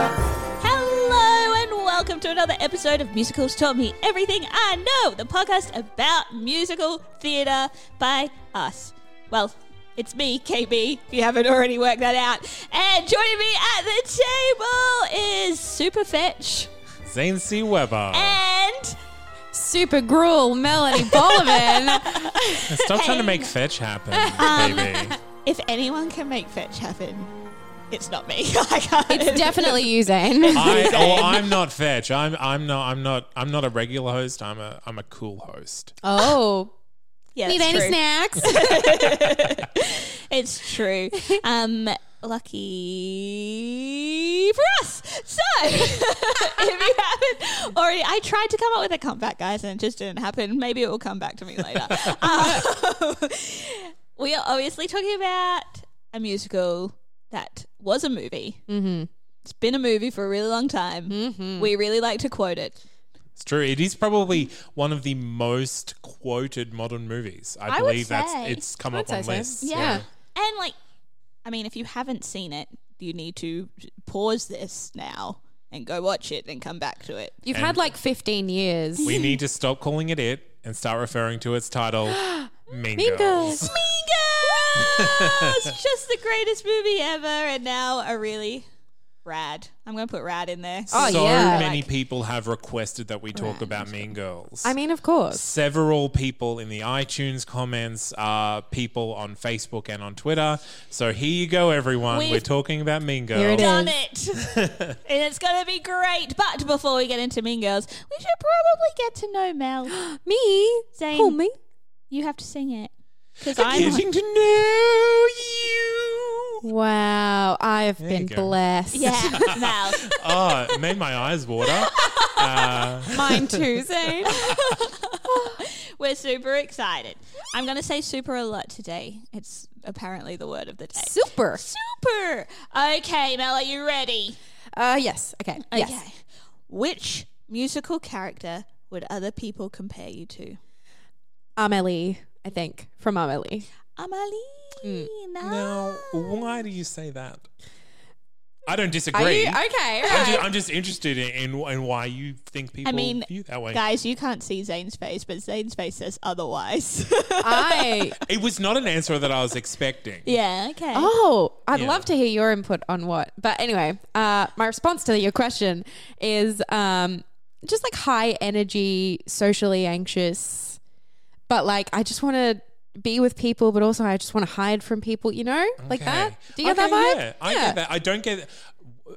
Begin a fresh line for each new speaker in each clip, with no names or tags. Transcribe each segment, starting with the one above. Hello and welcome to another episode of Musicals Taught Me Everything I Know, the podcast about musical theatre by us. Well, it's me, KB, if you haven't already worked that out. And joining me at the table is Superfetch
Zane C. Weber.
and
super gruel Melanie Bolivan.
Stop trying to make fetch happen,
Um,
baby.
if anyone can make Fetch happen, it's not me. I can't.
it's definitely you, Zane.
I, oh, I'm not fetch. I'm I'm not I'm not I'm not a regular host. I'm a I'm a cool host.
Oh,
yeah,
need
that's
any
true.
snacks?
It's true. Um, lucky for us. So, if you haven't already, I tried to come up with a comeback, guys, and it just didn't happen. Maybe it will come back to me later. um, we are obviously talking about a musical that was a movie. Mm-hmm. It's been a movie for a really long time. We really like to quote it.
It's true. It is probably one of the most quoted modern movies. I,
would
believe that's
say.
it's come
I
up
would
on
say so.
lists.
Yeah.
And like, I mean, if you haven't seen it, you need to pause this now and go watch it and come back to it.
You've
And-
had like 15 years.
We need to stop calling it it and start referring to its title Mean,
Mean
Girls.
Girls.
It's just the greatest movie ever, and now a really rad. I'm going to put rad in there.
Oh,
so
yeah.
many people have requested that we talk about Mean Girls.
I mean, of course.
several people in the iTunes comments, uh, people on Facebook and on Twitter. So here you go, everyone.
We've-
We're talking about Mean Girls.
Here it is.
Done it, and it's going to be great. But before we get into Mean Girls, we should probably get to know Mel.
Me?
Zane.
Who, me?
You have to sing it because
I'm
I'm.
getting to know you.
Wow, I have
you
been
go.
blessed.
Yeah, Mel.
oh, it made my eyes water.
Mine too, Zane.
We're super excited. I'm going to say super a lot today. It's apparently the word of the day.
Super.
Super. Okay, Mel, are you ready?
Uh, yes. Okay. Yes.
Okay. Which musical character would other people compare you to?
Amelie, I think, from Amelie.
Amelie.
Mm. now, why do you say that? I don't disagree.
Are you okay?
I'm, just, I'm just interested in, in, in why you think people
mean,
view that way.
Guys, you can't see Zane's face, but Zane's face says otherwise.
I.
It was not an answer that I was expecting.
yeah, okay.
Oh, I'd
Yeah.
love to hear your input on what. But anyway, uh, my response to your question is um, just like high energy, socially anxious, but like I just want to be with people, but also I just want to hide from people. You know, like that. Do you get
Okay,
that vibe?
Yeah, I get that. I don't get.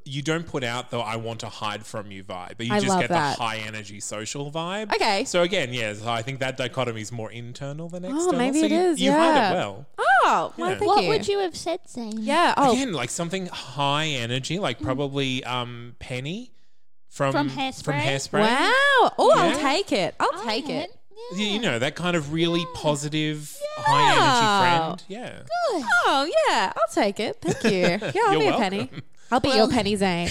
You don't put out the "I want to hide from you" vibe, but you
I
just
love
get
that.
the high energy social vibe.
Okay. Oh,
So again, yeah, so I think that dichotomy is more internal than external.
maybe
so
it
you,
is,
You hide
yeah.
it well.
Oh, well,
Yeah.
thank
what
you.
would you have said, Zane?
Yeah. Oh, Mm.
Again, like something high energy, like probably um, Penny from
From
From
Hairspray?
hairspray.
wow. Oh, I'll
Yeah.
take it. I'll take
Yeah.
it.
Y- You know that kind of really positive, high energy friend. Yeah.
Oh yeah, I'll take it. Thank you. Yeah, I'll
You're
be
welcome.
a penny. I'll be your penny, Zane.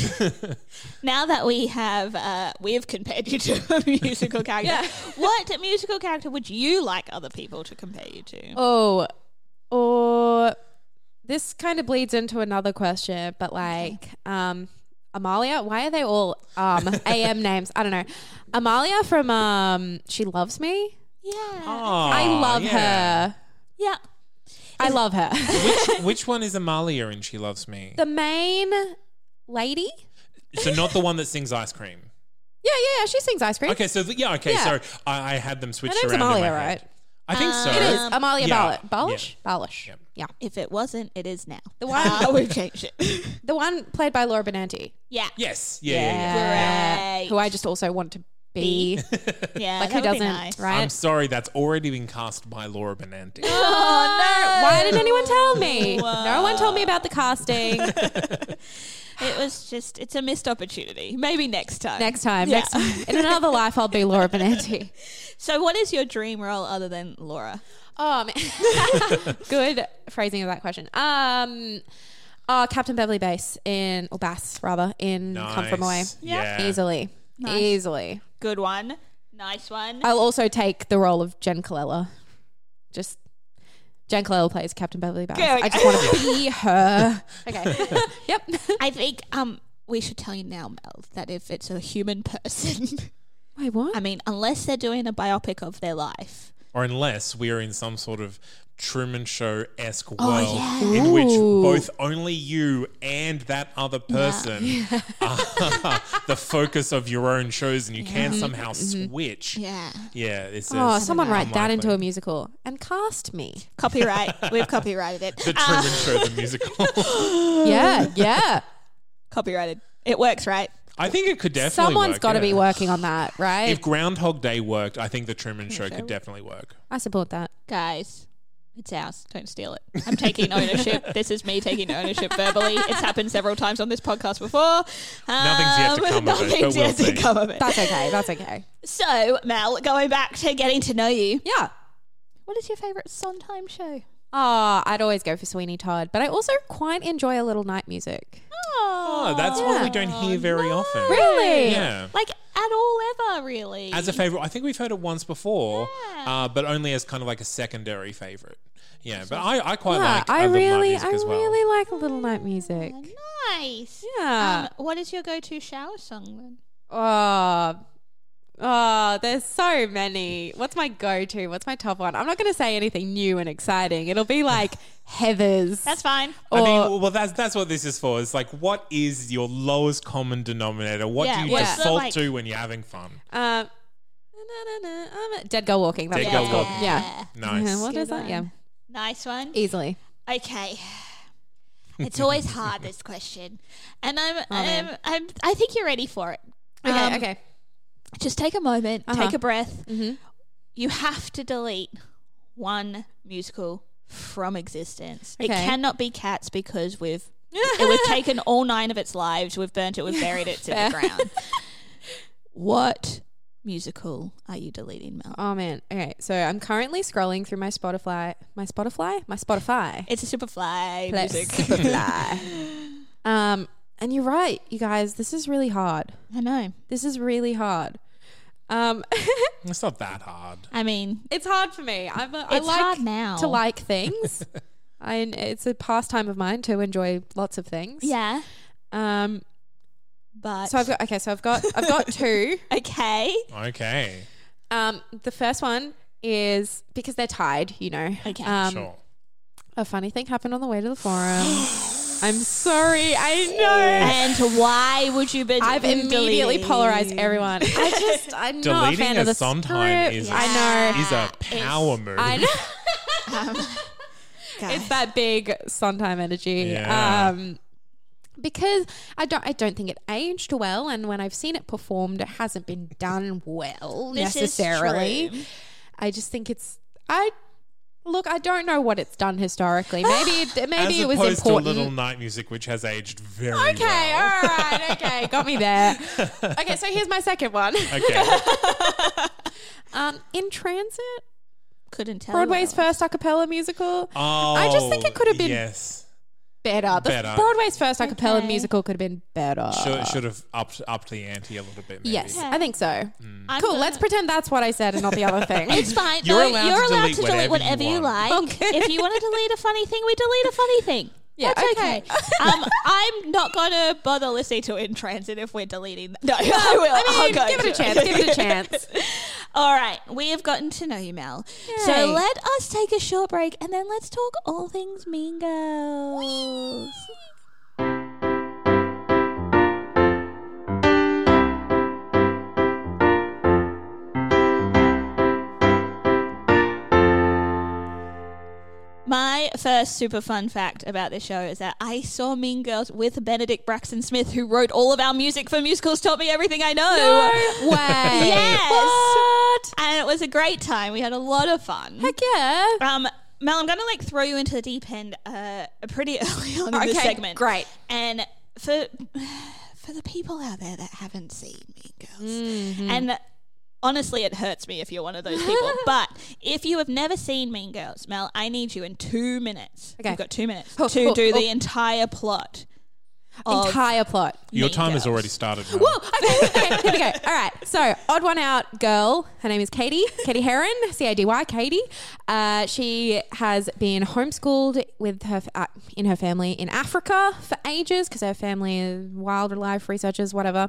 Now that we have, uh, we have compared you to a musical character. What musical character would you like other people to compare you to?
Oh, or this kind of bleeds into another question, but like, um, Amalia, why are they all um AM names? I don't know. Amalia from um, She Loves Me.
Yeah.
Ah.
I love her.
Yeah.
I love her.
Which, which one is Amalia in She Loves Me?
the main lady?
so not the one that sings ice cream.
Yeah, yeah, yeah. She sings ice cream.
Okay, so th- yeah, okay,
Yeah.
sorry. I, I had them switched
name's
around. in
Amalia,
my head.
right? Uh,
I think so.
It
Um,
is Amalia
Yeah.
Balish. Balish? Balish.
Yep.
Yeah.
If it wasn't, it is now.
The one-
Uh, we've changed it.
The one played by Laura Benanti.
yeah.
Yes. Yeah. Yeah. yeah.
Great.
Who I just also want to be.
Yeah. that
like,
would
who
be
doesn't?
nice.
Right?
I'm sorry, that's already been cast by Laura Benanti.
Oh no! Why didn't anyone tell me? No one told me about the casting.
It was just, it's a missed opportunity. Maybe next time.
next time,
Yeah.
next in another life, I'll be Laura Benanti.
So, what is your dream role other than Laura?
Oh man, good phrasing of that question. Um, oh, Captain Beverly Base in or Bass rather in Come From Away.
Nice. Yeah.
easily, easily.
Good one. Nice one.
I'll also take the role of Jen Colella. Just Jen Colella plays Captain Beverly Bass.
Okay,
I just want to be her. Okay. yep.
I think um, we should tell you now, Mel, that if it's a human person,
Wait, what?
I mean, unless they're doing a biopic of their life.
or unless we are in some sort of Truman Show esque world
yeah.
in which
Oh, Ooh.
both only you and that other person are the focus of your own shows and you can somehow switch.
Yeah.
Yeah, it's
Mm-hmm. oh,
it's
someone write that
unlikely.
into a musical and cast me.
Copyright. We've copyrighted it.
The
Ah,
Truman Show, the musical.
Yeah, yeah.
copyrighted. It works, right?
I think it could definitely.
Someone's
work,
got to
yeah.
be working on that, right?
If Groundhog Day worked, I think the Truman Show could definitely work.
I support that.
Guys, it's ours. Don't steal it. I'm taking ownership. this is me taking ownership verbally. It's happened several times on this podcast before.
Nothing's yet to
Um,
come of it, but
nothing's
we'll
yet
see.
to come of it.
That's okay. That's okay.
So, Mel, going back to getting to know you,
Yeah.
what is your favourite Sondheim show?
Oh, I'd always go for Sweeney Todd, but I also quite enjoy a little night music.
Oh, that's one we don't hear very often.
Really?
Yeah.
Like at all ever, really?
As a favorite, I think we've heard it once before, uh, but only as kind of like a secondary favorite. Yeah, but I, I quite
Yeah,
like.
I
love my
really, I
music as well.
really like a little night music.
nice. Oh,
Yeah.
Um, what is your go-to shower song then?
Oh, oh, there's so many. What's my go-to? What's my top one? I'm not going to say anything new and exciting. It'll be like Heather's.
That's fine.
or,
I mean, well, that's that's what this is for. It's like, what is your lowest common denominator? What
Yeah,
do you
what's the,
default
like-
to when you're having fun?
um, na, na, na, na, I'm a- Dead Girl Walking. That's
Dead
what
Girl
it's called.
Walking.
Yeah.
Nice.
Yeah, What is that? Yeah.
Nice one.
Easily.
Okay. It's always hard this question, and I'm,
man.
I'm, I'm I think you're ready for it.
Okay.
Um,
okay.
Just take a moment,
Uh-huh.
take a breath. You have to delete one musical from existence. It
Okay.
cannot be Cats because we've we've taken all nine of its lives, we've burnt it, we've buried it to the ground. What musical are you deleting, Mel?
Oh man. Okay. So I'm currently scrolling through my Spotify, my Spotify, my Spotify.
It's a Superfly
Let's
music.
Superfly. um, and you're right, you guys. This is really hard.
I know.
This is really hard. Um,
It's not that hard.
I mean,
it's hard for me. I'm a, I
It's
like
hard now.
to like things. I, it's a pastime of mine to enjoy lots of things.
yeah, Uh,
Um.
but
So I've got okay. So I've got I've got two.
okay.
Okay,
Um. The first one is because they're tied. You know.
Okay.
Um,
sure.
A funny thing happened on the way to the forum. I'm sorry. I know.
And why would you be?
I've immediately
deleting?
polarized everyone. I just, I'm not a
Deleting
fan
a
of the
Sondheim
script.
is-
I know.
Is a power move.
I know.
Guys.
It's that big Sondheim energy.
Yeah.
Um, because I don't, I don't think it aged well, and when I've seen it performed, it hasn't been done well
This is
necessarily.
true.
I just think it's, I look, I don't know what it's done historically. Maybe, it,
As
maybe it was
opposed
important.
to Little Night Music, which has aged very
Okay,
well.
all right, okay, got me there. Okay, so here's my second one.
Okay.
Um, In Transit,
Oh, Couldn't tell.
Broadway's
what it was.
first a cappella musical.
Oh,
I just think it could have been
Yes,
better. The
Better.
Broadway's first a cappella
Okay.
musical could have been better.
should, should have upped upped the ante a little bit. Maybe.
Yes,
Yeah.
I think so.
Mm.
I'm
Cool,
gonna-
let's pretend that's what I said and not the other thing.
It's fine.
You're
though.
allowed
you're
to
allowed
delete
to delete
whatever you
whatever you,
want.
like. If you want to delete a funny thing, we delete a funny thing.
Yeah,
That's okay. um, I'm not gonna bother listening to it in transit if we're deleting. That. No, I will.
I mean,
I'll go
give it a
to
chance. give it a chance.
All right, we have gotten to know you, Mel.
Yay.
So let us take a short break and then let's talk all things Mean Girls. My first super fun fact about this show is that I saw Mean Girls with Benedict Braxton Smith, who wrote all of our music for musicals, taught me everything I know.
No way.
Yes.
What?
And it was a great time. We had a lot of fun.
Heck yeah.
Um, Mel, I'm going to like throw you into the deep end uh, pretty early on in this
Okay,
segment.
great.
And for for the people out there that haven't seen Mean Girls,
Mm-hmm.
and honestly, it hurts me if you're one of those people. but if you have never seen Mean Girls, Mel, I need you in two minutes.
Okay.
You've got two minutes
Oh,
to
oh,
do the
oh.
entire plot. of
Entire plot.
Your
Mean
time
Girls.
has already started. Mel.
Whoa, okay, okay, here we go. All right, so odd one out girl. Her name is Katie, Katie Heron, C A D Y, Katie. Uh, she has been homeschooled with her uh, in her family in Africa for ages because her family is wildlife researchers, whatever.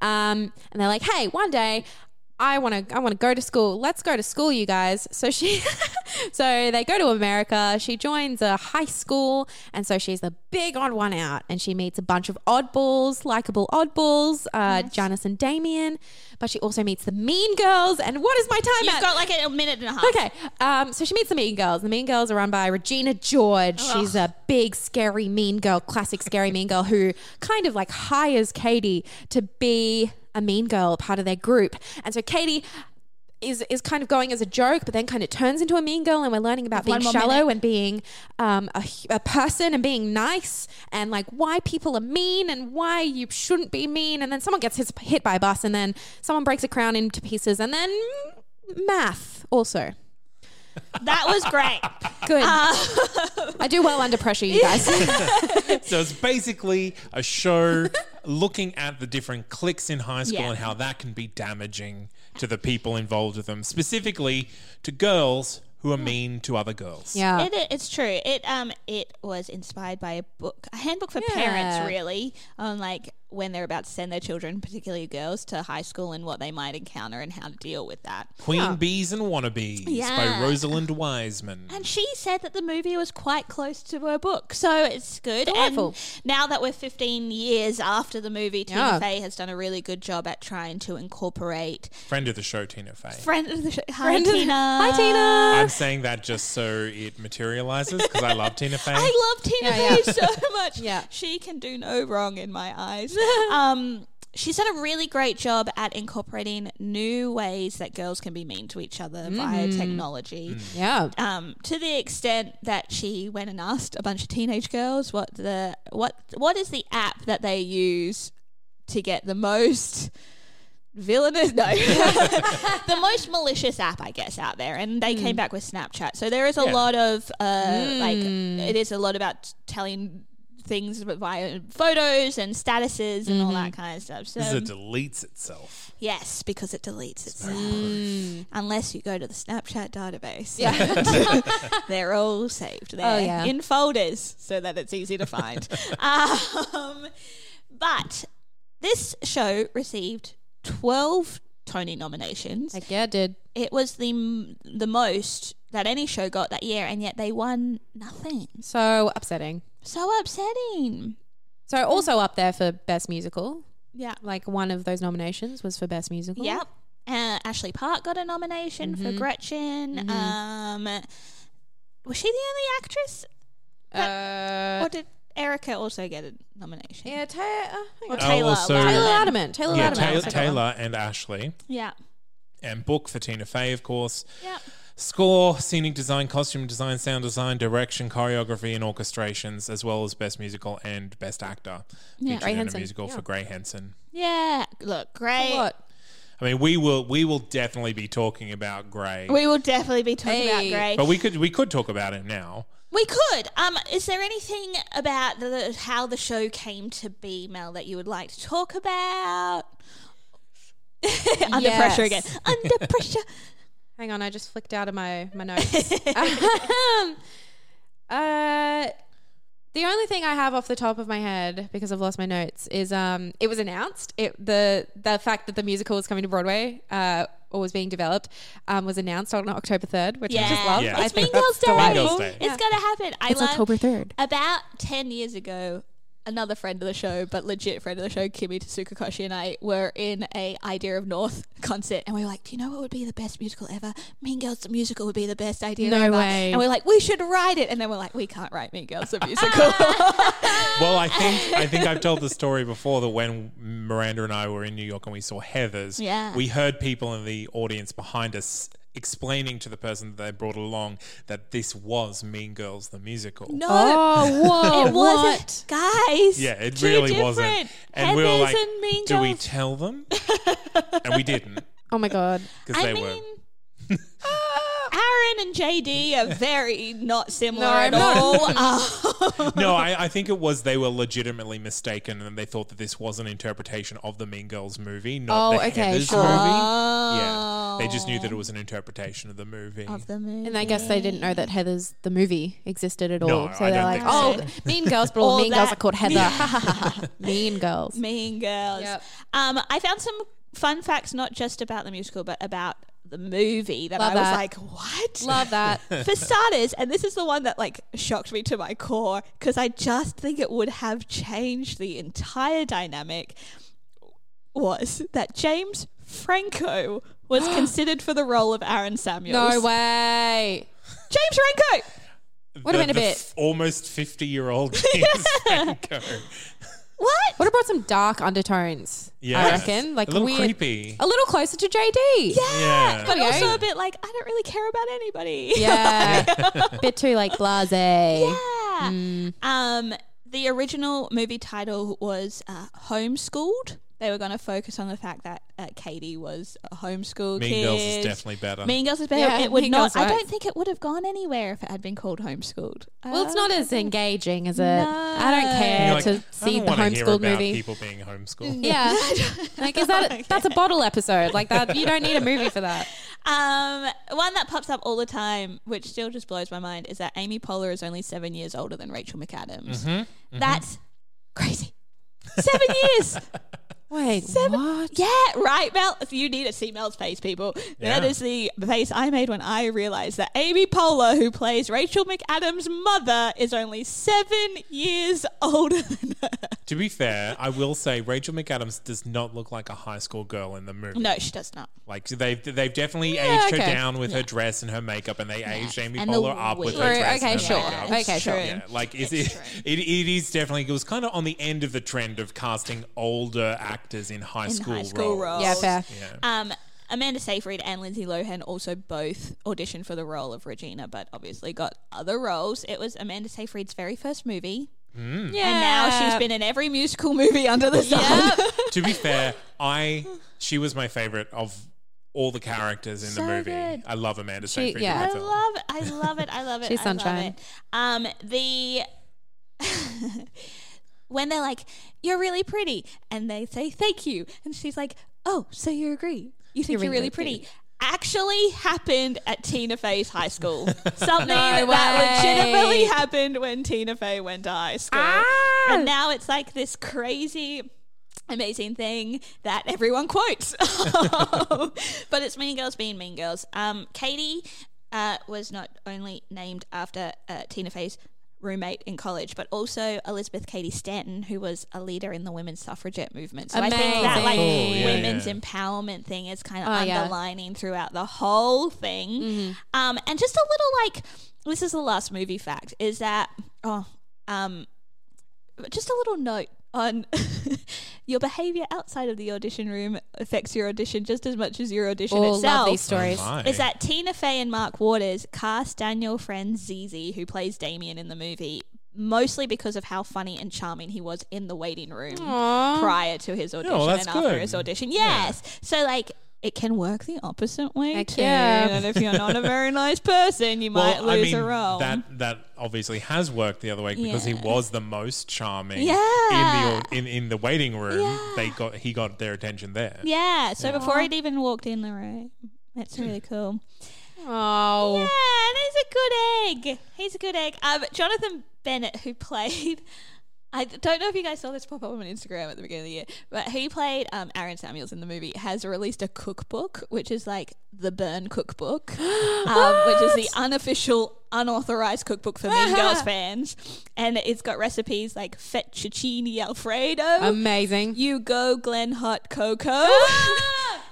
Um, and they're like, hey, one day. I want to. I want to go to school. Let's go to school, you guys. So she, so they go to America. She joins a high school, and so she's the big odd one out. And she meets a bunch of oddballs, likable oddballs, uh, Janice and Damien. But she also meets the mean girls. And what is my time
You've
at?
got like a minute and a half.
Okay, um, so she meets the Mean Girls. The Mean Girls are run by Regina George. She's a big, scary Mean Girl, classic scary Mean Girl, who kind of like hires Katie to be a Mean Girl, part of their group. And so Katie is is kind of going as a joke, but then kind of turns into a Mean Girl, and we're learning about being
One more
shallow
minute.
and being um, a, hu- a person and being nice and like why people are mean and why you shouldn't be mean. And then someone gets his, hit by a bus, and then someone breaks a crown into pieces, and then math also.
That was great.
Good. I do well under pressure, you guys.
So it's basically a show looking at the different cliques in high school
Yeah.
and how that can be damaging to the people involved with them, specifically to girls who are mean to other girls.
Hmm. yeah.
It, it's true. It um it was inspired by a book, a handbook for
Yeah.
parents, really, on like when they're about to send their children, particularly girls, to high school and what they might encounter and how to deal with that.
Queen Bees and Wannabes by
Yeah.
Rosalind Wiseman.
And she said that the movie was quite close to her book, so it's good.
Delightful.
And now that we're 15 years after the movie, Tina
Yeah.
Fey has done a really good job at trying to incorporate
Friend of the show, Tina Fey.
friend of the show. Hi,
Friend of-
Tina.
Hi, Tina.
I'm saying that just so it materializes because I love Tina Fey.
I love Tina
Yeah,
Fey so much.
Yeah.
She can do no wrong in my eyes. um, she's done a really great job at incorporating new ways that girls can be mean to each other via
Mm-hmm.
technology.
Yeah.
Um, to the extent that she went and asked a bunch of teenage girls what the what what is the app that they use to get the most villainous no the most malicious app i guess out there and they came back with snapchat so there is a
Yeah.
lot of uh like it is a lot about telling things via photos and statuses and all that kind of stuff so
This is it deletes itself.
yes because it deletes itself unless you go to the snapchat database
Yeah.
they're all saved there
Oh, yeah.
in folders so that it's easy to find. um, but this show received 12 Tony nominations.
Like, yeah, dude.
It was the m- the most that any show got that year, and yet they won nothing.
So upsetting.
So upsetting.
So also up there for best musical.
Yeah.
Like one of those nominations was for best musical.
Yep. Uh, Ashley Park got a nomination
Mm-hmm.
for Gretchen. Um, was she the only actress?
Uh,
Or did Erica also get a nomination?
yeah. Ta- uh, hang on.
Oh,
Taylor.
also-
Loudermilk.
Taylor Adamant. Taylor
yeah,
Lautner
Taylor,
was the second one.
Taylor and Ashley.
Yeah.
And book for Tina Fey, of course.
Yeah.
Score, scenic design, costume design, sound design, direction, choreography, and orchestrations, as well as best musical and best actor. Yeah,
Gray
in
Henson,
a musical
yeah.
for Gray Henson.
Yeah. Look, great.
What?
I mean, we will we will definitely be talking about Gray,
We will definitely be talking
Hey.
about Grey.
but we could we could talk about him now.
We could. Um, is there anything about the, the- how the show came to be, Mel, that you would like to talk about? Under
Yes.
pressure again. Under pressure.
Hang on, I just flicked out of my my notes. um, uh, The only thing I have off the top of my head because I've lost my notes is um, it was announced it the the fact that the musical was coming to Broadway uh, or was being developed um, was announced on October third, which I just
Yeah.
love.
Yeah.
I
It's
think
Mean Girls
that's
Day.
delightful.
Mean Girls Day.
Yeah.
It's gonna happen. I
It's
love
October 3rd.
About ten years ago, another friend of the show, but legit friend of the show, Kimmy Tsukakoshi and I were in a Idea of North concert, and we were like, "Do you know what would be the best musical ever? Mean Girls the musical would be the best idea
No
ever."
way.
And we are like, "We should write it," and then we're like, "We can't write Mean Girls the musical."
Well, I think I think I've told the story before that when Miranda and I were in New York and we saw Heather's,
Yeah.
we heard people in the audience behind us explaining to the person that they brought along that this was Mean Girls the musical.
no.
Oh, whoa!
It wasn't,
what?
guys.
Yeah, it
two
really
different.
wasn't.
Heathers
And we were like,
and mean
do we
Girls."
tell them? and we didn't
Oh my god!
because
I
they
mean,
were.
Aaron and JD are very not similar
No, I'm
at
not.
all. Um,
No, I, I think it was they were legitimately mistaken and they thought that this was an interpretation of the Mean Girls movie, not
Oh,
the
okay,
Heathers
sure. Oh.
movie. Yeah, they just knew that it was an interpretation of the movie.
of the movie.
And I guess they didn't know that Heather's the movie existed at all.
No,
so
I
they're
don't
like,
think
oh,
so.
Mean Girls, but all
All
Mean Girls
that
are called Heather. Ha, ha, ha, ha. mean Girls.
Mean Girls.
Yep.
Um, I found some fun facts, not just about the musical, but about the movie that
Love
I was
that.
like, what?
Love that.
For starters, and this is the one that like shocked me to my core because I just think it would have changed the entire dynamic. Was that James Franco was considered for the role of Aaron Samuels?
no way.
James Franco.
Would've
The-
been a
the
bit-
f- almost fifty-year-old James Franco.
What?
Would have brought some dark undertones. I
Yes.
reckon, like
a little
weird,
creepy.
a little closer to JD. Yeah,
yeah.
But
Yeah.
also a bit like I don't really care about anybody.
yeah, bit too like blase. Yeah.
Yeah.
Mm.
Um, the original movie title was uh, Homeschooled. They were going to focus on the fact that uh, Katie was a homeschool
mean
kid.
Girls is definitely better.
Mean Girls is better.
Yeah,
it would
Mean
not.
Girls
I
rights.
don't think it would have gone anywhere if it had been called Homeschooled.
Well, it's
Uh,
not as engaging, is it?
No.
I don't
You're
care
like,
to see
I
the
don't wanna hear
homeschooled
about
movie. Mm.
People being homeschooled.
Yeah, like is that that's a bottle episode? Like that, you don't need a movie for that.
Um, one that pops up all the time, which still just blows my mind, is that Amy Poehler is only seven years older than Rachel
Mm-hmm,
McAdams. That's crazy. Seven years.
Wait, what?
Yeah, right, Mel. If you need to see Mel's face, people. That
Yeah.
is the face I made when I realized that Amy Poehler, who plays Rachel McAdams' mother, is only seven years older than her.
To be fair, I will say Rachel McAdams does not look like a high school girl in the movie.
No, she does not.
Like they've they've definitely
Yeah,
aged
okay.
her down with her dress and her makeup, and they aged Amy
And the
Poehler up with
wig.
her dress.
Okay,
and her
sure.
makeup.
Okay, sure.
Yeah, like is it, it? It is definitely. It was kind of on the end of the trend of casting older actors in high
In
school
high school roles.
Yeah, fair.
Um, Amanda Seyfried and Lindsay Lohan also both auditioned for the role of Regina, but obviously got other roles. It was Amanda Seyfried's very first movie,
Yeah,
and now she's been in every musical movie under the sun.
to be fair, I she was my favorite of all the characters in
So
the movie.
good.
I love Amanda
She-
Seyfried. in
yeah.
that
I
film.
love it. I love it. I love it.
She's
I love
sunshine.
it. Um, the when they're like, "You're really pretty," and they say, "Thank you," and she's like, "Oh, so you agree? You think you're, really pretty?" Actually happened at Tina Fey's high school. Something that, that
way.
legitimately happened when Tina Fey went to high school,
Ah!
and now it's like this crazy amazing thing that everyone quotes. but it's Mean Girls being Mean Girls. Um, Katie uh, was not only named after uh, Tina Fey's roommate in college, but also Elizabeth Cady Stanton, who was a leader in the women's suffragette movement. So I think that like
Amazing.
Oh, yeah,
women's
yeah.
empowerment thing is kind of
Oh, yeah.
underlining throughout the whole thing. Um, and just a little like this is the last movie fact is that oh um just a little note on your behavior outside of the audition room affects your audition just as much as your audition
Oh, love
itself.
these stories.
Oh my.
Is that Tina Fey and Mark Waters cast Daniel friend Zizi, who plays Damien in the movie, mostly because of how funny and charming he was in the waiting room prior to his audition
that's
and after
good.
his audition. Yes. So like it can work the opposite way
Heck
too.
yeah.
And if you're not a very nice person, you might
Well,
lose
I mean,
a role.
that that obviously has worked the other way because he
Yeah.
was the most charming.
Yeah.
In the in, in the waiting room,
Yeah.
they got he got their attention there.
yeah. So before it even walked in the room. That's really cool.
Oh,
Yeah, and he's a good egg. He's a good egg. Um, Jonathan Bennett, who played. I don't know if you guys saw this pop up on Instagram at the beginning of the year, but he played um, Aaron Samuels in the movie. Has released a cookbook, which is like the Burn cookbook, um, which is the unofficial, unauthorized cookbook for Mean Girls fans, and it's got recipes like fettuccine alfredo,
Amazing.
you go Glen Hot Cocoa,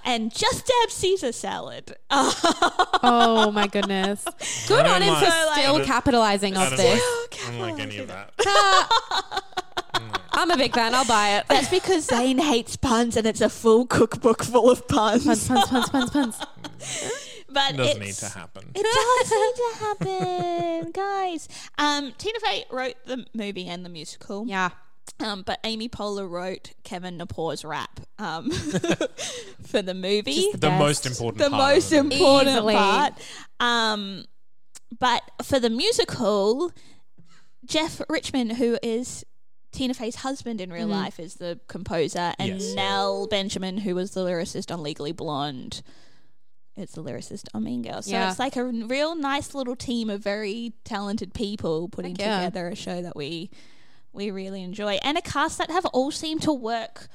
and just dab Caesar salad.
oh my goodness. Good
I
on
don't
him for
like- I
still
don't-
capitalizing
I
off
don't
this.
Oh,
like, I don't like any of that.
I'm a big fan. I'll buy it.
That's because Zane hates puns, and it's a full cookbook full of puns.
Puns, puns, puns, puns, puns.
But
It doesn't need
it's-
to happen.
It does need to happen, guys. Um, Tina Fey wrote the movie and the musical.
Yeah.
Um, but Amy Poehler wrote Kevin Napor's rap um, for the movie.
The
Best.
most important
the
part of
most
the movie.
important
Easily.
part. Um, but for the musical, Jeff Richmond, who is Tina Fey's husband in real
Mm.
life, is the composer, and
Yes.
Nell Benjamin, who was the lyricist on Legally Blonde, is the lyricist on Mean Girls. So
Yeah.
it's like a real nice little team of very talented people putting
Heck yeah.
together a show that we we really enjoy and a cast that have all seemed to work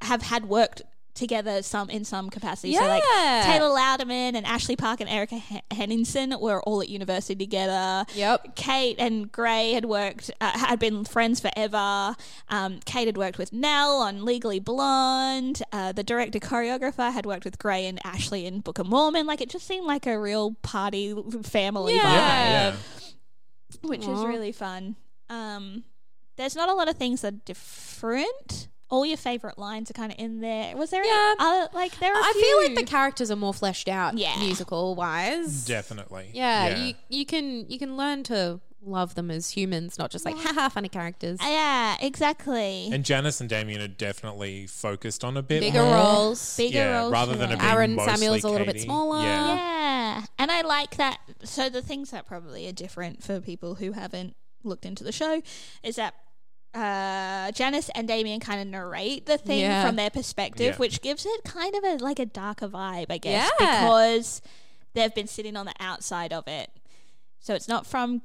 have had worked together some in some capacity so like
Yeah.
taylor louderman and ashley park and erica H- henningsen were all at university together
Yep.
kate and gray had worked uh, had been friends forever um, kate had worked with nell on legally blonde uh, the director choreographer had worked with gray and ashley in book of mormon like it just seemed like a real party family
Yeah.
vibe
Yeah, yeah.
which is
Aw.
really fun. Um, there's not a lot of things that are different. All your favorite lines are kind of in there. Was there?
Yeah.
Any, other, like there. Are a
I feel like
few.
the characters are more fleshed out
Yeah.
musical wise.
Definitely.
Yeah, You, you can you can learn to love them as humans, not just like haha funny characters.
yeah, exactly.
and Janice and Damien are definitely focused on a bit
Bigger
more.
roles.
Bigger
yeah,
roles
rather
for
than it
them.
being
Aaron
mostly
Samuel's a little bit
Katie.
smaller.
Yeah.
Yeah, and I like that. So the things that probably are different for people who haven't looked into the show is that uh, Janice and Damien kind of narrate the thing
Yeah.
from their perspective,
Yeah.
which gives it kind of a like a darker vibe, I guess,
Yeah.
because they've been sitting on the outside of it, so it's not from.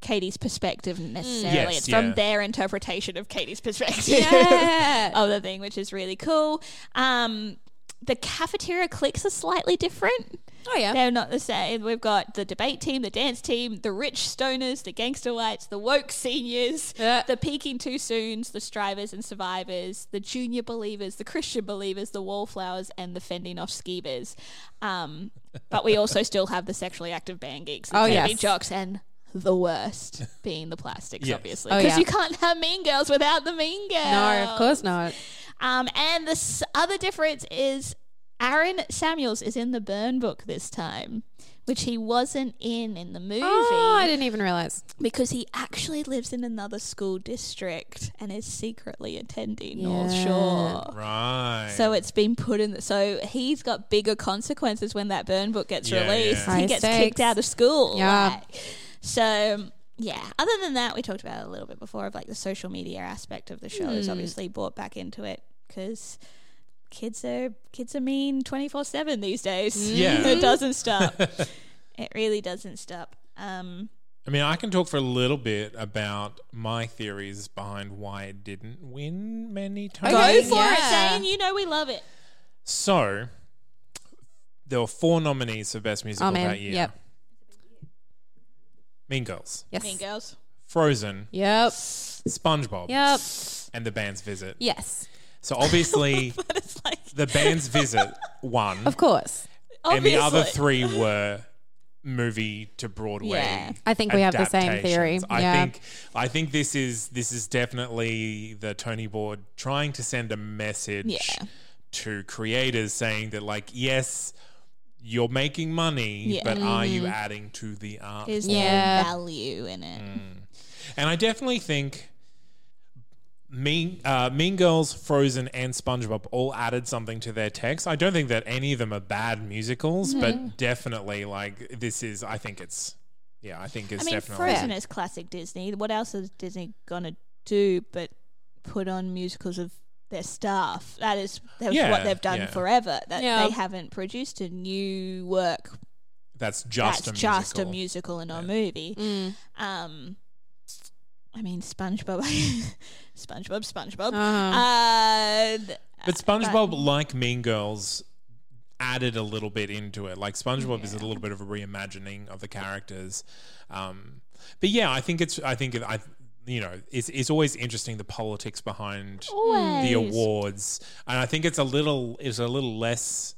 Katie's perspective necessarily.
Yes,
it's
yeah.
from their interpretation of Katie's perspective
Yeah.
of the thing, which is really cool. Um, the cafeteria cliques are slightly different.
oh yeah.
They're not the same. We've got the debate team, the dance team, the rich stoners, the gangster whites, the woke seniors,
Yeah.
the peaking too soons, the strivers and survivors, the junior believers, the Christian believers, the wallflowers, and the fending off skeevers. Um, but we also still have the sexually active band geeks, the
Oh,
candy
yes.
jocks, and the worst being the plastics,
Yes.
obviously,
Oh,
because
yeah.
you can't have mean girls without the mean girls.
No, of course not.
Um, and the s- other difference is Aaron Samuels is in the Burn book this time, which he wasn't in in the movie
Oh, I didn't even realize.
because he actually lives in another school district and is secretly attending North Shore.
Right.
So it's been put in. The, so he's got bigger consequences when that burn book gets
Yeah,
released.
yeah.
High
He gets
stakes.
kicked out of school.
Yeah.
like. So yeah. Other than that, we talked about it a little bit before of like the social media aspect of the show is obviously brought back into it because kids are kids are mean twenty four seven these days.
Yeah.
it doesn't stop. it really doesn't stop. Um,
I mean, I can talk for a little bit about my theories behind why it didn't win many times.
Okay.
go for
Yeah.
it, Zane. You know we love it.
So there were four nominees for Best Musical
Oh man.
that year.
Yep.
Mean Girls,
Yes.
Mean girls.
Frozen,
Yep.
SpongeBob,
Yep.
and The Band's Visit.
Yes.
So obviously,
But it's like
The Band's Visit won,
Of course.
and the other
obviously.
three were movie to Broadway.
Yeah.
I think we have the same
adaptations.
theory.
I
Yeah.
think I think this is this is definitely the Tony Board trying to send a message
Yeah.
to creators saying that like yes, you're making money,
Yeah.
but are you adding to the art?
is
Yeah.
there value in it?
and I definitely think Mean uh, Mean Girls, Frozen, and SpongeBob all added something to their text. I don't think that any of them are bad musicals, but definitely like this is. I think it's yeah. I think it's
I mean,
definitely
Frozen is classic Disney. What else is Disney gonna do but put on musicals of their staff? That is that's
Yeah,
what they've done
yeah.
forever. That
Yeah.
they haven't produced a new work
that's
that's
just a musical.
Mm.
just a musical and not a movie. Um, I mean, SpongeBob, SpongeBob, SpongeBob.
Oh. Uh-huh.
Uh, th-
But SpongeBob, like Mean Girls, added a little bit into it. Like SpongeBob is a little bit of a reimagining of the characters. Um, but yeah, I think it's. I think it, I. You know, it's, it's always interesting the politics behind the awards, and I think it's a little it's a little less.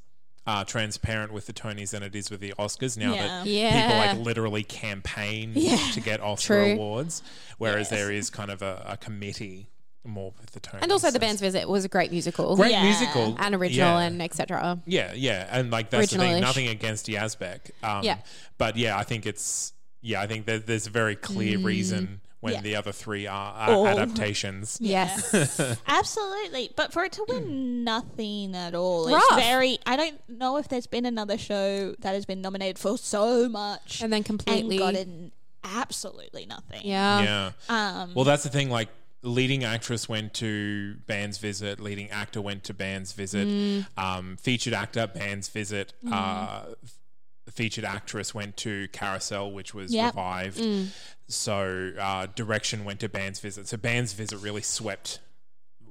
Uh, transparent with the Tonys than it is with the Oscars now that
Yeah.
people
Yeah.
like literally campaign to get Oscar
True.
awards, whereas there is kind of a, a committee more with the Tonys.
And also,
So
The Band's Visit was a great musical.
great
Yeah.
musical
And original
Yeah.
and etc.
Yeah, yeah, and like that's the thing.
Original-ish.
Nothing against Yazbek. Um,
Yeah.
but yeah, I think it's yeah, I think that there's a very clear
Mm.
reason when the other three are, are
Oh.
adaptations.
Yes.
absolutely. But for it to win nothing at all, it's
Rough.
very. I don't know if there's been another show that has been nominated for so much
and then completely.
and gotten absolutely nothing.
Yeah.
yeah.
Um,
Well, that's the thing. Like, leading actress went to band's visit. Leading actor went to band's visit.
Mm.
Um, featured actor band's visit. Uh, f- featured actress went to Carousel, which was
Yep. Mm.
revived. So uh, direction went to band's visit. So band's visit really swept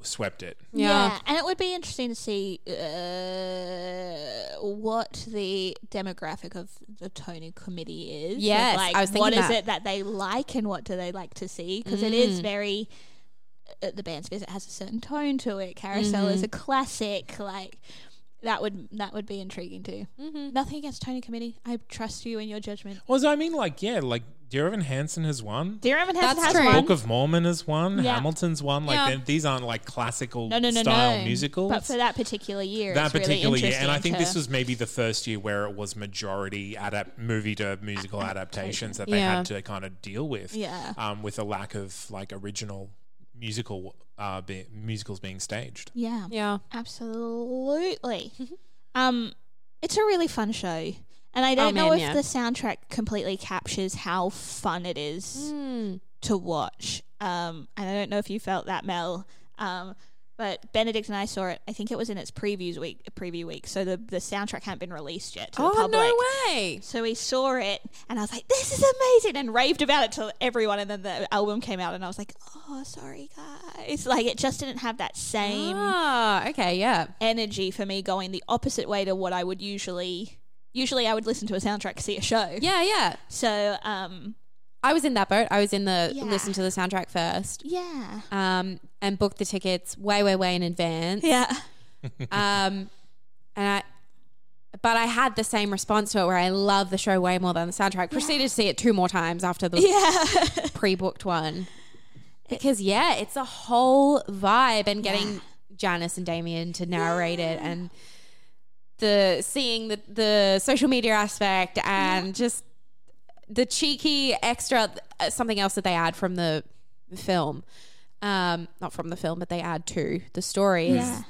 swept it.
Yeah.
Yeah.
and it would be interesting to see uh, what the demographic of the Tony committee is. Of,
Yes,
like,
I was thinking
what is
that.
it that Mm. they like, and what do they like to see? Because it is very uh, the band's visit has a certain tone to it. Carousel is a classic, like. That would that would be intriguing too. Nothing against Tony Committee. I trust you in your judgment.
Well, so I mean, like, yeah, like Dear Evan Hansen has won.
Dear Evan Hansen
That's
has
true.
one.
Book of Mormon has won.
Yeah.
Hamilton's won. Like,
Yeah.
they're- these aren't like classical
No, no, no,
style
no.
musicals.
But for that particular year,
that
it's really
particular year, and
interesting
I think
to-
this was maybe the first year where it was majority adapt movie to musical adaptations that they
Yeah.
had to kind of deal with.
Yeah.
um, with a lack of like original musical uh, be- musicals being staged.
yeah,
Yeah.
Absolutely. um, it's a really fun show. And I don't
Oh,
know
man,
if
yeah.
the soundtrack completely captures how fun it is
Hmm.
to watch. Um, and I don't know if you felt that, Mel. Um, but Benedict and I saw it. I think it was in its previews week, preview week. So the, the soundtrack hadn't been released yet to the
Oh,
public.
no way.
So we saw it, and I was like, "This is amazing!" and raved about it to everyone. And then the album came out, and I was like, "Oh, sorry, guys!" Like it just didn't have that same
Ah, okay. Yeah.
energy for me going the opposite way to what I would usually usually I would listen to a soundtrack to see a show.
Yeah. Yeah.
So um
I was in that boat. I was in the
Yeah.
listen to the soundtrack first
yeah.
um, and booked the tickets way, way, way in advance.
Yeah.
Um, and I, but I had the same response to it where I love the show way more than the soundtrack. Proceeded to see it two more times after the
Yeah.
pre-booked one because yeah, it's a whole vibe and getting Janice and Damien to narrate it and the seeing the the social media aspect and just the cheeky extra uh, something else that they add from the film. Um, not from the film, but they add to the story
Yeah.
is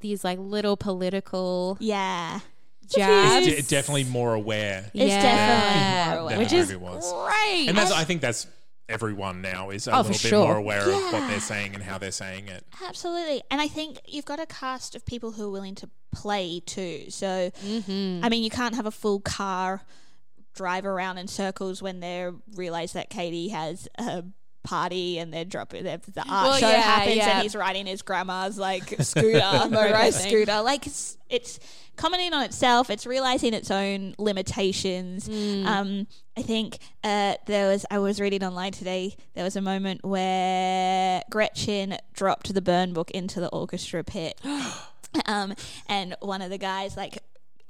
these like little political
yeah.
jabs.
It's de- definitely more aware
yeah.
definitely more
than
which
the
is
movie was,
great.
and that's I think that's everyone now is a
Oh, for
little bit
sure.
more aware of what
Yeah.
they're saying and how they're saying it.
Absolutely. And I think you've got a cast of people who are willing to play too. So I mean you can't have a full car drive around in circles when they realize that Katie has a party and they're dropping the the art
Well,
show
yeah,
happens
yeah.
and he's riding his grandma's like scooter motorized scooter like it's it's commenting on itself it's realizing its own limitations um I think uh, there was I was reading online today there was a moment where Gretchen dropped the burn book into the orchestra pit um, and one of the guys like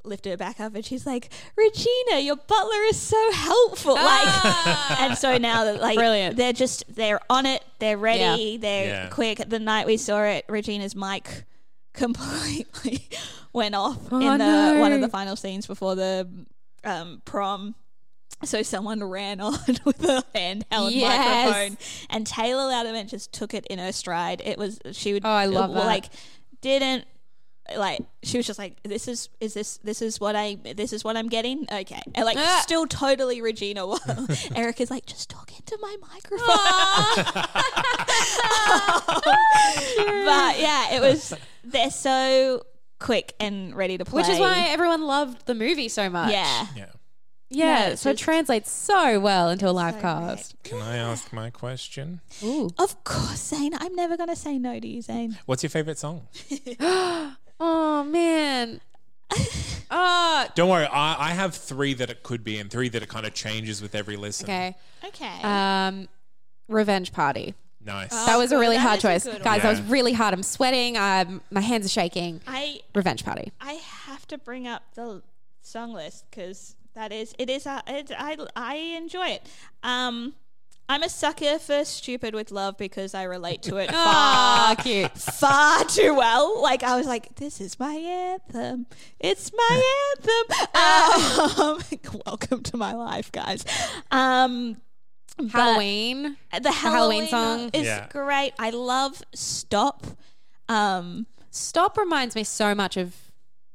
lifted her back up and she's like, Regina, your butler is so helpful. Like and so now that like
Brilliant.
they're just they're on it, they're ready, they're
Yeah.
quick. The night we saw it, Regina's mic completely went off
Oh,
in the one of
no.
the final scenes before the um, prom. So someone ran on with a handheld
Yes.
microphone, and Taylor Louderman just took it in her stride. It was she would
Oh, I love that.
like didn't like she was just like this is is this this is what I this is what I'm getting okay and like
Ah.
still totally Regina while Eric is like just talk into my microphone
Ah.
but yeah it was they're so quick and ready to play
Which is why everyone loved the movie so much.
yeah
Yeah,
Yeah,
No, it's
so it
just-
translates so well into a live
so
cast.
Can I ask my question?
Ooh.
Of course, Zane. I'm never going to say no to you, Zane.
What's your favorite song?
Oh man. oh,
Don't worry, I, I have three that it could be and three that it kind of changes with every listen.
okay.
Okay.
Um, revenge party.
Nice.
Oh.
That was a really
that
hard
is a
choice,
good one.
guys. That was
Yeah.
really hard. I'm sweating. Um, my hands are shaking.
I
Revenge party.
I have to bring up the song list because that is it is a, it, I I enjoy it. Um, I'm a sucker for "Stupid with Love" because I relate to it
Ah,
far
cute.
far too well. Like I was like, this is my anthem. It's my
Oh.
anthem. Um, welcome to my life, guys. Um, but-
Halloween.
the Halloween,
Halloween song.
is
Yeah.
great. I love "Stop." Um,
Stop reminds me so much of,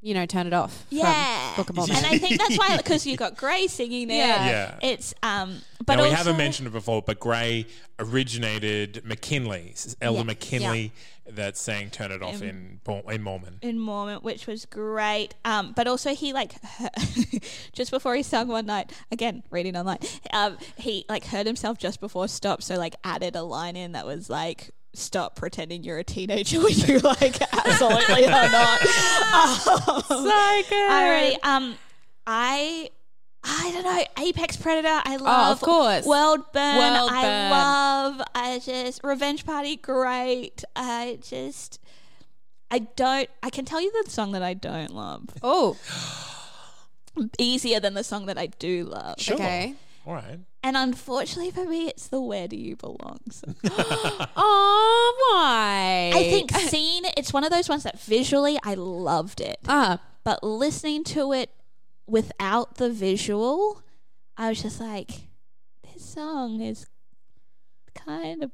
you know, turn it off. from
Yeah.
Book of Mormon.
and I think that's why because you got Gray singing there.
Yeah.
Yeah.
It's um, but
now, we
also,
haven't mentioned it before, but Gray originated McKinley, s- Elder
Yeah.
McKinley, that sang "Turn It
Um,
Off" in Bo- in Mormon.
in Mormon, which was great. Um, but also he like just before he sung one night again, reading online. Um, he like heard himself just before stop, so like added a line in that was like. Stop pretending you're a teenager when you like absolutely are not. Um,
so good.
Alrighty. Um, I, I don't know. Apex Predator. I love.
Oh, of course.
World Burn.
World
I
Burn.
love. I just Revenge Party. Great. I just. I don't. I can tell you the song that I don't love
Oh,
easier than the song that I do love.
Sure.
okay.
All right.
And unfortunately for me, it's the Where Do You Belong song.
Oh, why?
I think seen. It's one of those ones that visually I loved it.
Ah,
but listening to it without the visual, I was just like, this song is kind of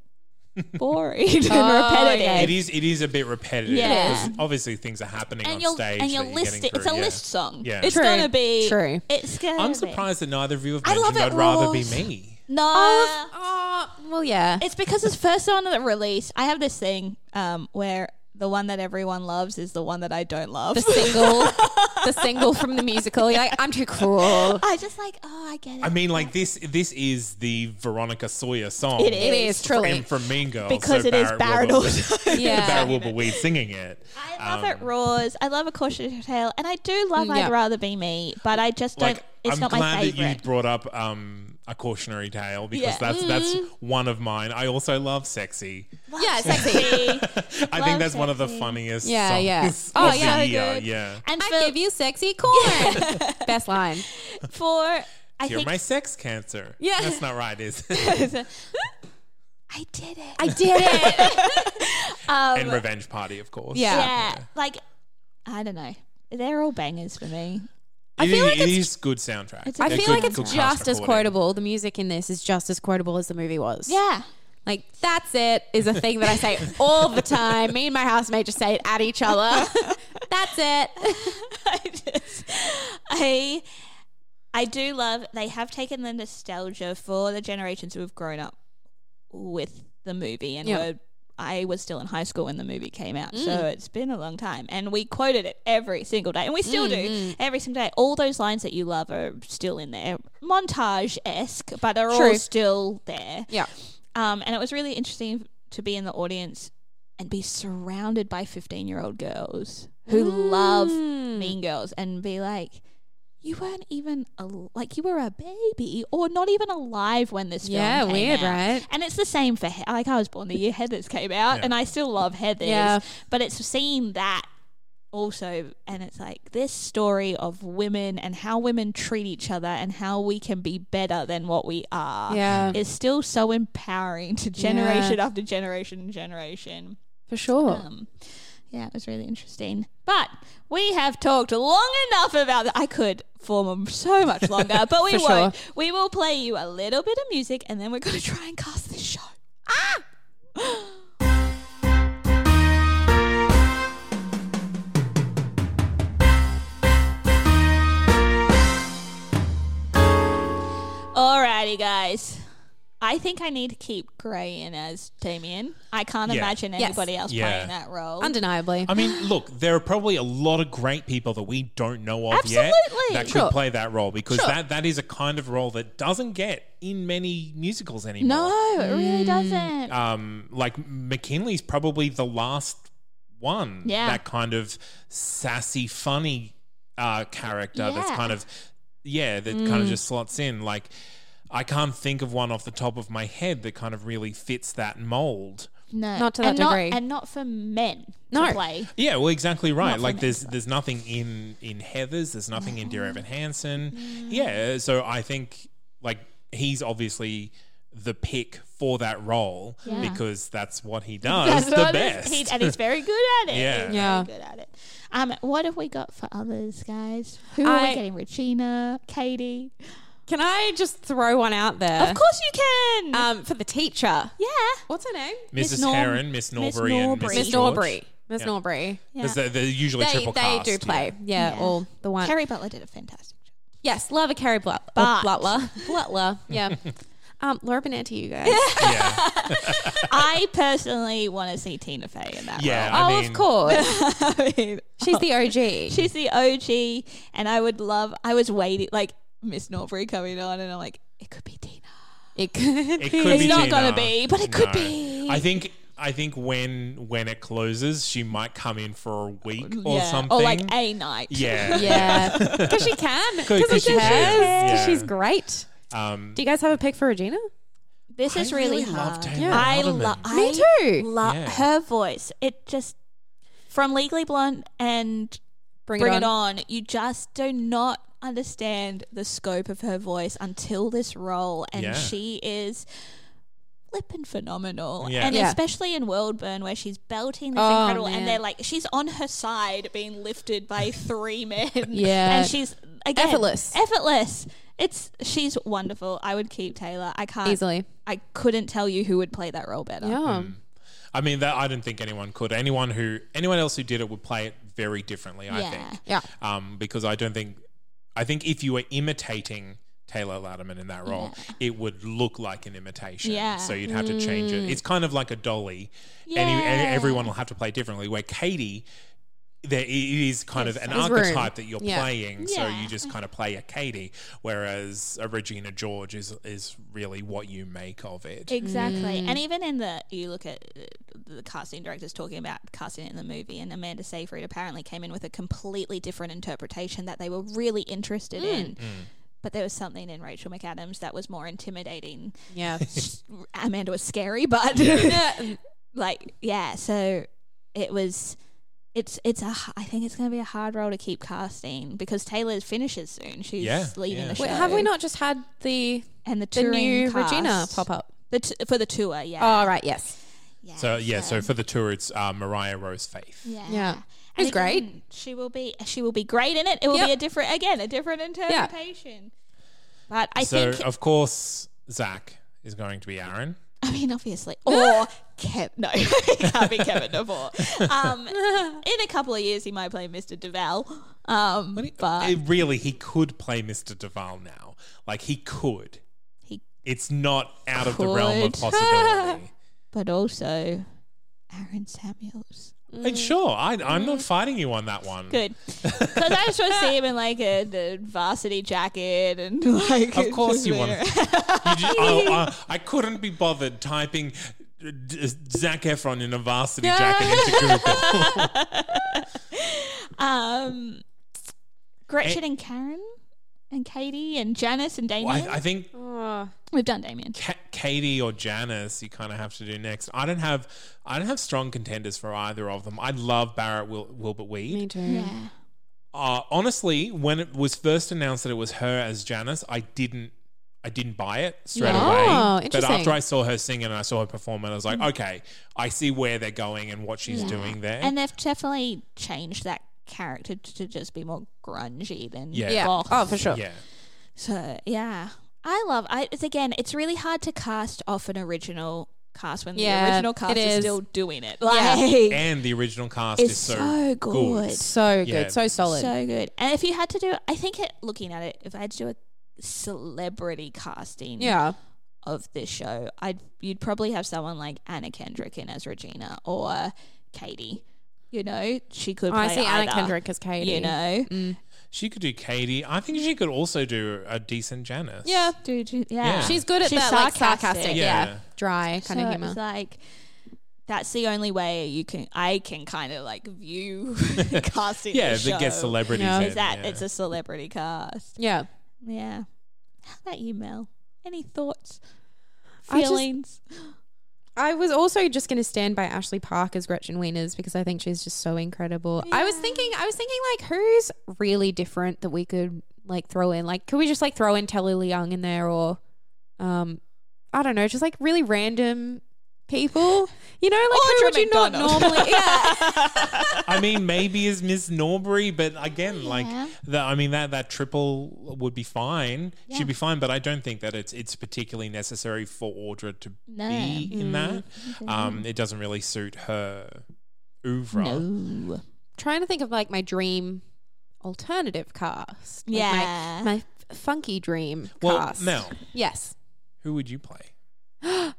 boring and
Oh,
repetitive.
yeah.
It is. It is a bit repetitive.
Yeah.
'cause Obviously, things are happening
And
on
you're
stage.
and you're
that getting
listing. It's
through,
a
yeah.
list song.
Yeah.
It's
True,
gonna be
true.
It's gonna.
I'm
be-
surprised that neither of you have
I love
mentioned. I'd
it
rather be
rules.
me.
No.
oh, oh, well, yeah.
It's because it's first on the release. I have this thing um, where the one that everyone loves is the one that I don't love.
the single, the single from the musical. You're like, I'm too cool.
I just like, oh, I get it.
I mean, like this. This is the Veronica Sawyer song.
It
It is
And
truly.
from Mean Girls,
because
so
it is
Barrett
Barrett
Wilbur-
Wilson.
Yeah.
Barrett Wilbur Weed singing it.
I
Um,
love it roars. I love a cautionary tale, and I do love
Mm, yeah.
I'd rather be me, but I just don't.
like
it's
I'm
not
glad
my
that you
favorite.
brought up um, a cautionary tale because
Yeah.
Mm.
that's that's one of mine. I also love sexy.
Yeah, sexy.
I
Love
think that's one of the
Sexy.
funniest
Yeah,
songs
yeah.
of
Oh,
the
yeah. So
year.
good.
Yeah.
and
I
for,
give you sexy corn. Best line.
for I
You're
think
my sex cancer.
Yeah.
That's not right, is it?
I did it.
I did it.
and Revenge Party, of course.
Um, Yeah.
yeah, like I don't know. They're all bangers for me.
I
feel like
it
it's-
is good soundtrack.
It's a
I
They're
feel
good-
like it's
good cast
just as
recording.
quotable. The music in this is just as quotable as the movie was.
Yeah,
Like, that's it is a thing that I say all the time. Me and my housemate just say it at each other. that's it.
I just I. I do love they have taken the nostalgia for the generations who have grown up with the movie and
Yeah. Mm.
were, I was still in high school when the movie came out. So it's been a long time and we quoted it every single day and we still
Mm-hmm.
do every single day. All those lines that you love are still in there. Montage-esque, but are all
True.
still there.
Yeah.
Um, and it was really interesting to be in the audience and be surrounded by 15 year old girls who love
Mm.
Mean Girls and be like, you weren't even al- like you were a baby or not even alive when this film
Yeah,
came
weird,
out.
right?
And it's the same for he- like I was born the year Heather's came out, and I still love Heather's,
Yeah.
but it's seeing that also, and it's like this story of women and how women treat each other and how we can be better than what we are
Yeah.
is still so empowering to generation after generation and generation.
For sure.
Um, yeah, it was really interesting. But we have talked long enough about that. I could form so much longer, but we
For
won't. We will play you a little bit of music and then we're going to try and cast this show. Ah! Ah! Alrighty, guys. I think I need to keep Gray in as Damien. I can't
Yeah.
imagine
Yes.
anybody else
Yeah.
playing that role.
Undeniably.
I mean, look, there are probably a lot of great people that we don't know of yet
Absolutely.
that could
Sure.
play that role because
Sure.
that, that is a kind of role that doesn't get in many musicals anymore.
no, it
Mm.
really doesn't.
um, like McKinley's probably the last one.
Yeah.
That kind of sassy, funny uh, character that's
Yeah. Mm.
kind of, yeah, that kind of just slots in. Like, I can't think of one off the top of my head that kind of really fits that mold.
no,
Not to that
and
degree.
and not for men
No.
to play.
Yeah, well, exactly right.
Not for
like,
me,
there's there's nothing in in Heather's. There's nothing in Dear Evan Hansen.
Mm.
Yeah, so I think like he's obviously the pick for that role
Yeah.
because that's what he does Oh, the
what it is.
best.
He- and he's very good at it.
Yeah.
He's very
Yeah.
good at it. Um, what have we got for others, guys? Who are
I-
we getting? Regina, Katie.
Can I just throw one out there?
Of course you can.
Um, for the teacher.
yeah.
What's her name?
Mrs.
Miss Norm-
Heron, Miss
Miss
Norbury, and
Norbury.
Mrs.
Miss
George.
Norbury. Miss
Yeah.
Norbury.
'Cause They're, they're usually
They,
triple
they
cast.
do play. Yeah,
Yeah.
all the one.
Harry Butler did a fantastic job.
yes, love a Carrie Blut- uh,
But-
Butler. Butler. Yeah. um, Laura Benanti, you guys.
Yeah, yeah.
I personally want to see Tina Fey in that
Yeah,
oh,
I mean,
of course.
role. I mean,
She's the OG.
she's the OG, and I would love. I was waiting, like Miss Norbury coming on, and I'm like, it could be Tina.
It could
It
be.
could be
not
Tina.
gonna be, but it could be.
I think. I think when when it closes, she might come in for a week or
Yeah.
something.
Or like a night.
yeah,
Yeah. Because she can. Because
'cause
she
she
cares.
can.
'Cause
Yeah.
she's great.
Um,
Do you guys have a pick for Regina?
This
I
is really,
really
hard.
love Taylor
I
Lautner.
love.
Me too.
Love
Yeah.
her voice. It just from Legally Blonde and
Bring,
Bring It On. You just do not understand the scope of her voice until this role, and
Yeah.
she is flippin' phenomenal.
Yeah.
And
Yeah.
especially in Worldburn, where she's belting this
Oh,
incredible,
man.
and they're like she's on her side being lifted by three men.
Yeah.
and she's again
Effortless.
Effortless. It's she's wonderful. I would keep Taylor. I can't
Easily.
I couldn't tell you who would play that role better.
Yeah.
Hmm. I mean that I didn't think anyone could. Anyone who anyone else who did it would play it very differently. I
Yeah.
think.
Yeah.
Um, because I don't think, I think if you were imitating Taylor Latterman in that role, it would look like an imitation.
Yeah. Mm.
So you'd have to change it. It's kind of like a dolly. Any,
Yeah.
and everyone will have to play differently. Where Katie, there i- it is kind of an
There's room.
archetype that you're
Yeah.
playing, so
Yeah.
you just kind of play a Katie, whereas a Regina George is is really what you make of it.
Exactly.
Mm.
And even in the, you look at uh, the casting directors talking about casting it in the movie, and Amanda Seyfried apparently came in with a completely different interpretation that they were really interested
Mm.
in.
Mm.
But there was something in Rachel McAdams that was more intimidating.
Yeah.
Amanda was scary, but like, yeah. So it was. It's it's a h- I think it's going to be a hard role to keep casting because Taylor finishes soon. She's
Yeah,
leaving
yeah.
the show.
Wait, have we not just had the
And the,
the
touring
new Regina
cast.
pop up?
the t- for the tour. Yeah.
Oh right, yes.
yeah.
So yeah, so for the tour, it's uh, Mariah Rose Faith.
Yeah.
Yeah.
And
It's great.
again, She will be she will be great in it. It will
Yep.
be a different again, a different interpretation. But I
so
think
of course Zach is going to be Aaron.
I mean obviously or Kev no, it can't be Kevin DeVore. Um in a couple of years he might play Mr. DeVal. Um but
It- really, he could play Mr. Duval now. Like he could.
He-
It's not out of the realm of
Could.
possibility.
but also Aaron Samuels.
And sure, I, I'm not fighting you on that one.
Mm. Good. Because I just want to see him in like a, the varsity jacket and like
Of course you want.
to
you ju- I, I, I couldn't be bothered typing uh, D- Zac Efron in a varsity jacket into Google.
Um, Gretchen
Eh.
and, Karen and Katie and Janice and Damien.
I, I think
We've done Damien.
Ka- Katie or Janice, you kind of have to do next. I don't have, I don't have strong contenders for either of them. I love Barrett Wil- Wilbert Weed.
too.
Yeah.
Uh, honestly, when it was first announced that it was her as Janice, I didn't. I didn't buy it straight
Yeah.
away.
Oh,
But
interesting.
after I saw her sing and I saw her perform, and I was like, okay, I see where they're going and what she's doing there.
And they've definitely changed that character t- to just be more grungy than
Yeah.
Yeah.
goth.
Oh, for sure.
yeah.
So yeah, I love. I it's again. It's really hard to cast off an original cast when
Yeah,
the original cast
it
is.
is.
still doing it.
Yeah.
Like
And the original cast
it's
is
so,
so,
good.
So good.
Yeah.
So solid.
So good. And if you had to do, I think it, looking at it, if I had to do a celebrity casting,
yeah.
of this show, I'd you'd probably have someone like Anna Kendrick in as Regina or Katie. You know, she could.
Oh, I
play
see Anna
either,
Kendrick as Katie.
You know,
Mm, She could do Katie. I think she could also do a decent Janice.
Yeah.
Dude, you- yeah.
Yeah.
She's good at
She's
that, like sarcastic,
sarcastic.
yeah.
Yeah.
dry kind
So
of
It's
humor.
like that's the only way you can I can kind of like view casting.
Yeah,
the show.
that gets celebrities.
Yeah.
in,
Is that
yeah.
it's a celebrity cast?
yeah,
Yeah. How about you, Mel? Any thoughts?
I just-
Feelings?
I was also just going to stand by Ashley Park as Gretchen Wieners because I think she's just so incredible. I was thinking, I was thinking like, who's really different that we could like throw in? Like, could we just like throw in Telly Leung in there or, um, I don't know, just like really random people, you know? Like, who
Audra
would you not
McDonald.
normally? Yeah,
I mean, maybe is Miss Norbury, but again,
Yeah.
like the, I mean that that triple would be fine. She'd be fine, but I don't think that it's it's particularly necessary for Audra to
No. Mm-hmm.
be in that. Um, it doesn't really suit her oeuvre.
No.
trying to think of like my dream alternative cast. Like, my-
Yeah.
my, f- funky dream
Well,
cast.
Mel,
Yes.
who would you play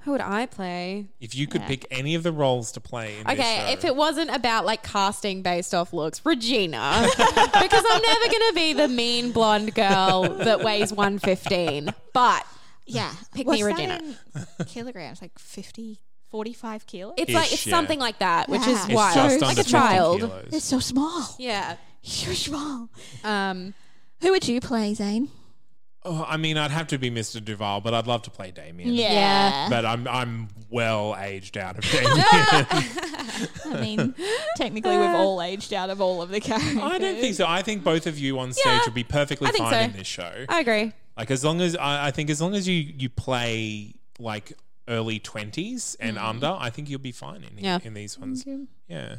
Who would I play?
if you could
Yeah.
pick any of the roles to play? In
Okay,
this uh,
if
show?
it wasn't about like casting based off looks, Regina, because I'm never gonna be the mean blonde girl that weighs 115. But
Yeah.
Pick
What's
me,
that
Regina.
in kilograms, like 50, 45 kilos.
it's
Ish,
like it's
yeah.
something like that, which
Yeah.
is
It's
wild,
just
like
under
a
50
child.
kilos.
it's so small.
Yeah.
So small.
Um.
Who would you play, Zane?
Oh, I mean, I'd have to be Mr. Duval, but I'd love to play Damien.
Yeah.
But I'm I'm well aged out of Damien.
I mean, technically, we've all aged out of all of the characters.
I don't think so. I think both of you on stage
Yeah,
would be perfectly
I think
fine
so.
in this show.
I agree.
Like as long as I, I think as long as you you play like early twenties and under, I think you'll be fine in
Mm-hmm. Yeah. Mm-hmm.
in these ones. Yeah,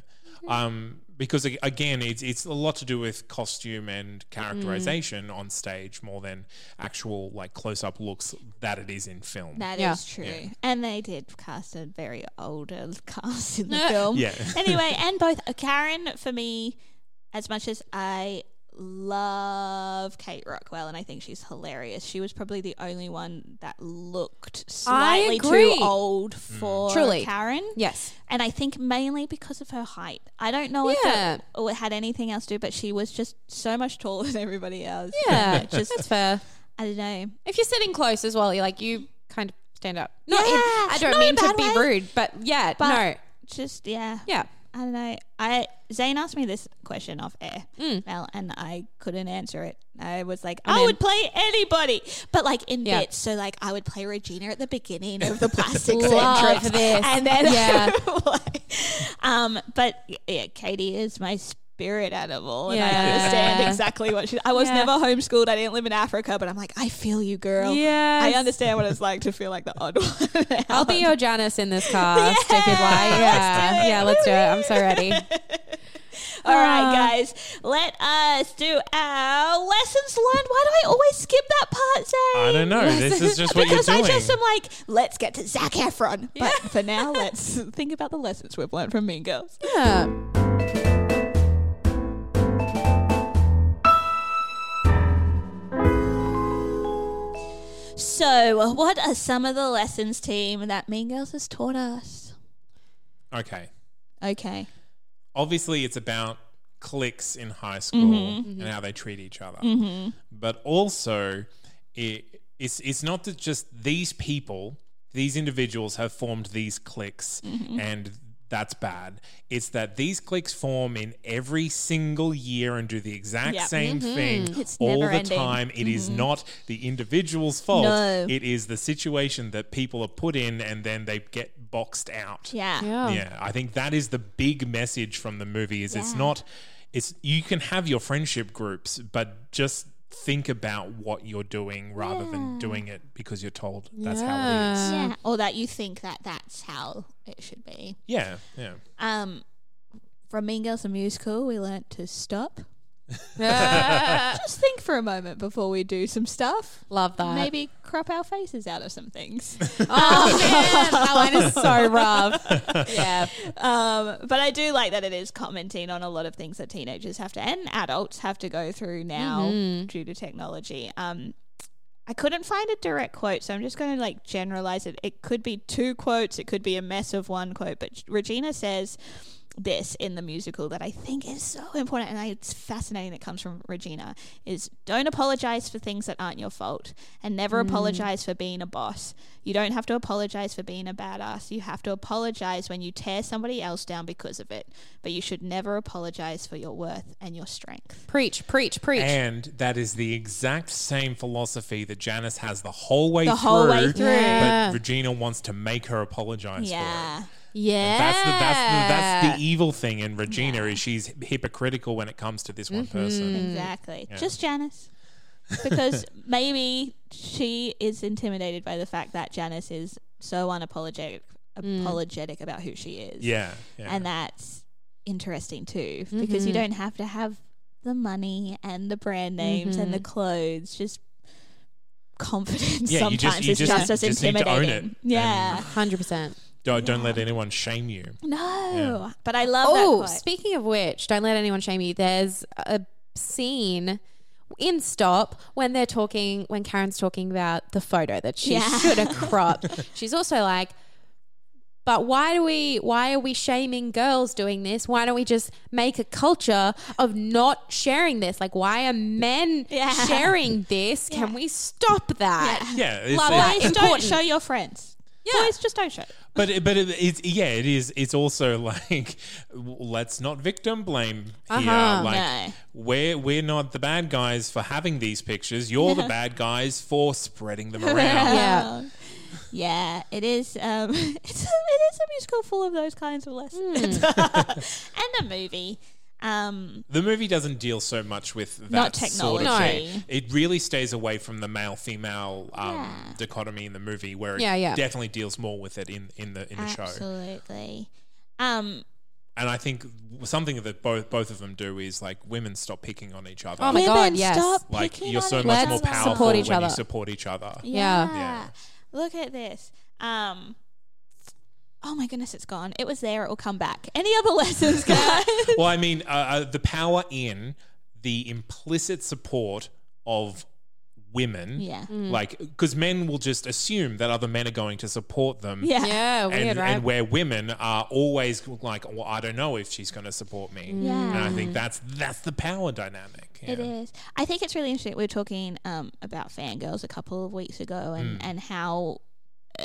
um, because a- again, it's it's a lot to do with costume and characterization
Mm.
on stage more than actual like close up looks that it is in film.
That is
Yeah.
true.
Yeah.
And they did cast a very older cast in the film.
Yeah.
Anyway, and both uh, Karen for me, as much as I love Kate Rockwell and I think she's hilarious, she was probably the only one that looked
I
slightly too
agree.
old
Mm.
for
Truly.
Karen.
Yes.
And I think mainly because of her height. I don't know if
Yeah.
it, or it had anything else to do, but she was just so much taller than everybody else.
Yeah.
It just
That's fair.
I don't know.
If you're sitting close as well, you're like you kind of stand up. Not in,
Yeah,
I don't
not in
mean
a
to
bad
be
way,
rude, but yeah,
But
no,
just yeah.
yeah.
I don't know. I Zane asked me this question off air, Mel, and I couldn't answer it. I was like, I
Mm. in.
would play anybody, but like in
Yeah.
bits. So like, I would play Regina at the beginning of the plastic
Love
surgery,
this.
and then
Yeah.
um, but yeah, Katie is my spirit animal, and
Yeah.
I understand exactly what she. I was
Yeah.
never homeschooled. I didn't live in Africa, but I'm like, I feel you, girl.
Yes.
I understand what it's like to feel like the odd one.
I'll be your Janice in this cast if you'd like. Yeah,
do it.
yeah, let's do it. I'm so ready.
All right,
Ah.
guys, let us do our lessons learned. Why do I always skip that part, Zane?
I don't know. This is just what you're
Because I
doing.
just am like, let's get to Zach Efron. But for now, let's think about the lessons we've learned from Mean Girls.
Yeah.
So, uh, what are some of the lessons, team, that Mean Girls has taught us?
Okay,
Okay.
obviously it's about cliques in high school
Mm-hmm.
and how they treat each other. But also, it, it's it's not that just these people, these individuals have formed these cliques,
Mm-hmm.
and that's bad. It's that these cliques form in every single year and do the exact
Yep.
same thing
Mm-hmm. It's
all the
never ending.
time. It is not the individual's fault.
No.
It is the situation that people are put in, and then they get boxed out.
Yeah.
Oh,
Yeah, I think that is the big message from the movie is it's
Yeah.
not it's you can have your friendship groups, but just think about what you're doing rather than doing it because you're told that's how it is.
Yeah. Um, Or that you think that that's how it should be.
Yeah, yeah.
Um, from Mean Girls the Musical, we learnt to stop. Just think for a moment before we do some stuff.
Love that.
Maybe crop our faces out of some things.
Oh man, that one is so rough. Yeah.
um, but I do like that it is commenting on a lot of things that teenagers have to and adults have to go through now due to technology. Um, I couldn't find a direct quote, so I'm just going to like generalize it. It could be two quotes, it could be a mess of one quote, but Regina says this in the musical that I think is so important and I, it's fascinating it comes from Regina is don't apologize for things that aren't your fault and never apologize for being a boss. You don't have to apologize for being a badass. You have to apologize when you tear somebody else down because of it, but you should never apologize for your worth and your strength.
Preach, preach, preach.
And that is the exact same philosophy that Janice has the whole way
The
through.
whole way through.
Yeah.
But Regina wants to make her apologize for
Yeah.
it.
yeah.
That's the, that's, the, that's the evil thing in Regina is she's hypocritical when it comes to this one
Mm.
Mm-hmm.
person.
Exactly. Just Janice. Because maybe she is intimidated by the fact that Janice is so unapologetic
Mm.
apologetic about who she is.
Yeah, yeah.
And that's interesting too because
Mm-hmm.
you don't have to have the money and the brand names and
Mm-hmm.
the clothes just confidence
Yeah, you
sometimes
just- you
is
just-
just, as
just need to own
intimidating.
it.
Yeah.
e-
hundred percent.
don't, don't let anyone shame you.
No. But I love that
Oh,
quote.
speaking of which, don't let anyone shame you. There's a scene in Stop when they're talking, when Karen's talking about the photo that she
Yeah.
should have cropped. She's also like, but why do we? Why are we shaming girls doing this? Why don't we just make a culture of not sharing this? Like, why are men
Yeah.
sharing this? Can we stop that?
Yeah, it's,
Love
it's-
it.
Boys don't
important.
show your friends.
Yeah.
Boys just don't show.
But it, but it, it's yeah, it is. It's also like w- let's not victim blame here.
Uh-huh.
Like
No.
we're we're not the bad guys for having these pictures. You're the bad guys for spreading them around.
Yeah.
Yeah, it is. Um, it's a, it is a musical full of those kinds of lessons,
Hmm.
and a movie. Um,
The movie doesn't deal so much with that
Not
Sort of
technology.
thing. It really stays away from the male female um,
Yeah.
dichotomy in the movie, where it
Yeah, yeah.
definitely deals more with it in, in the in the show.
absolutely. Um,
And I think something that both both of them do is like women stop picking on each other.
Oh my
women
God, yes.
stop
like
picking
you're
on
so
each
much
Let's
more
other.
powerful
support each
when you
other.
support each other.
Yeah.
Yeah.
Look at this. Um, oh my goodness, it's gone. It was there. It will come back. Any other lessons, guys?
well, I mean, uh, uh, the power in the implicit support of women.
Yeah.
Like, because men will just assume that other men are going to support them.
yeah.
Yeah, weird,
And,
right?
and where women are always like, well, I don't know if she's going to support me.
Yeah.
And I think that's that's the power dynamic. Yeah.
It is. I think it's really interesting. We were talking um, about fangirls a couple of weeks ago and, and how uh,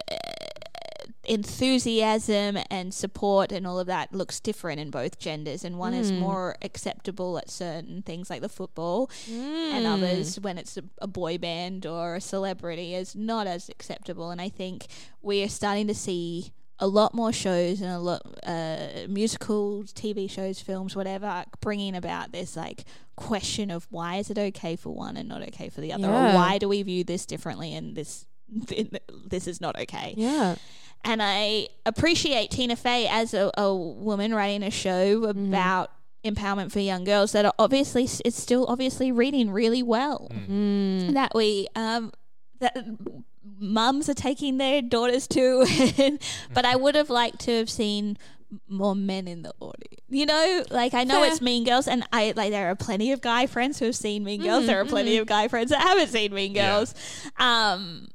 enthusiasm and support and all of that looks different in both genders. And one is more acceptable at certain things like the football, and others, when it's a, a boy band or a celebrity, is not as acceptable. And I think we are starting to see a lot more shows and a lot uh, musicals, TV shows, films, whatever, bringing about this like question of why is it okay for one and not okay for the other,
Yeah.
or why do we view this differently and this this is not okay.
Yeah.
And I appreciate Tina Fey as a, a woman writing a show about empowerment for young girls that are obviously it's still obviously reading really well that we um that mums are taking their daughters to but i would have liked to have seen more men in the audience you know like i know
Fair.
it's mean girls and i like there are plenty of guy friends who have seen mean girls there are plenty of guy friends that haven't seen mean
Yeah.
girls um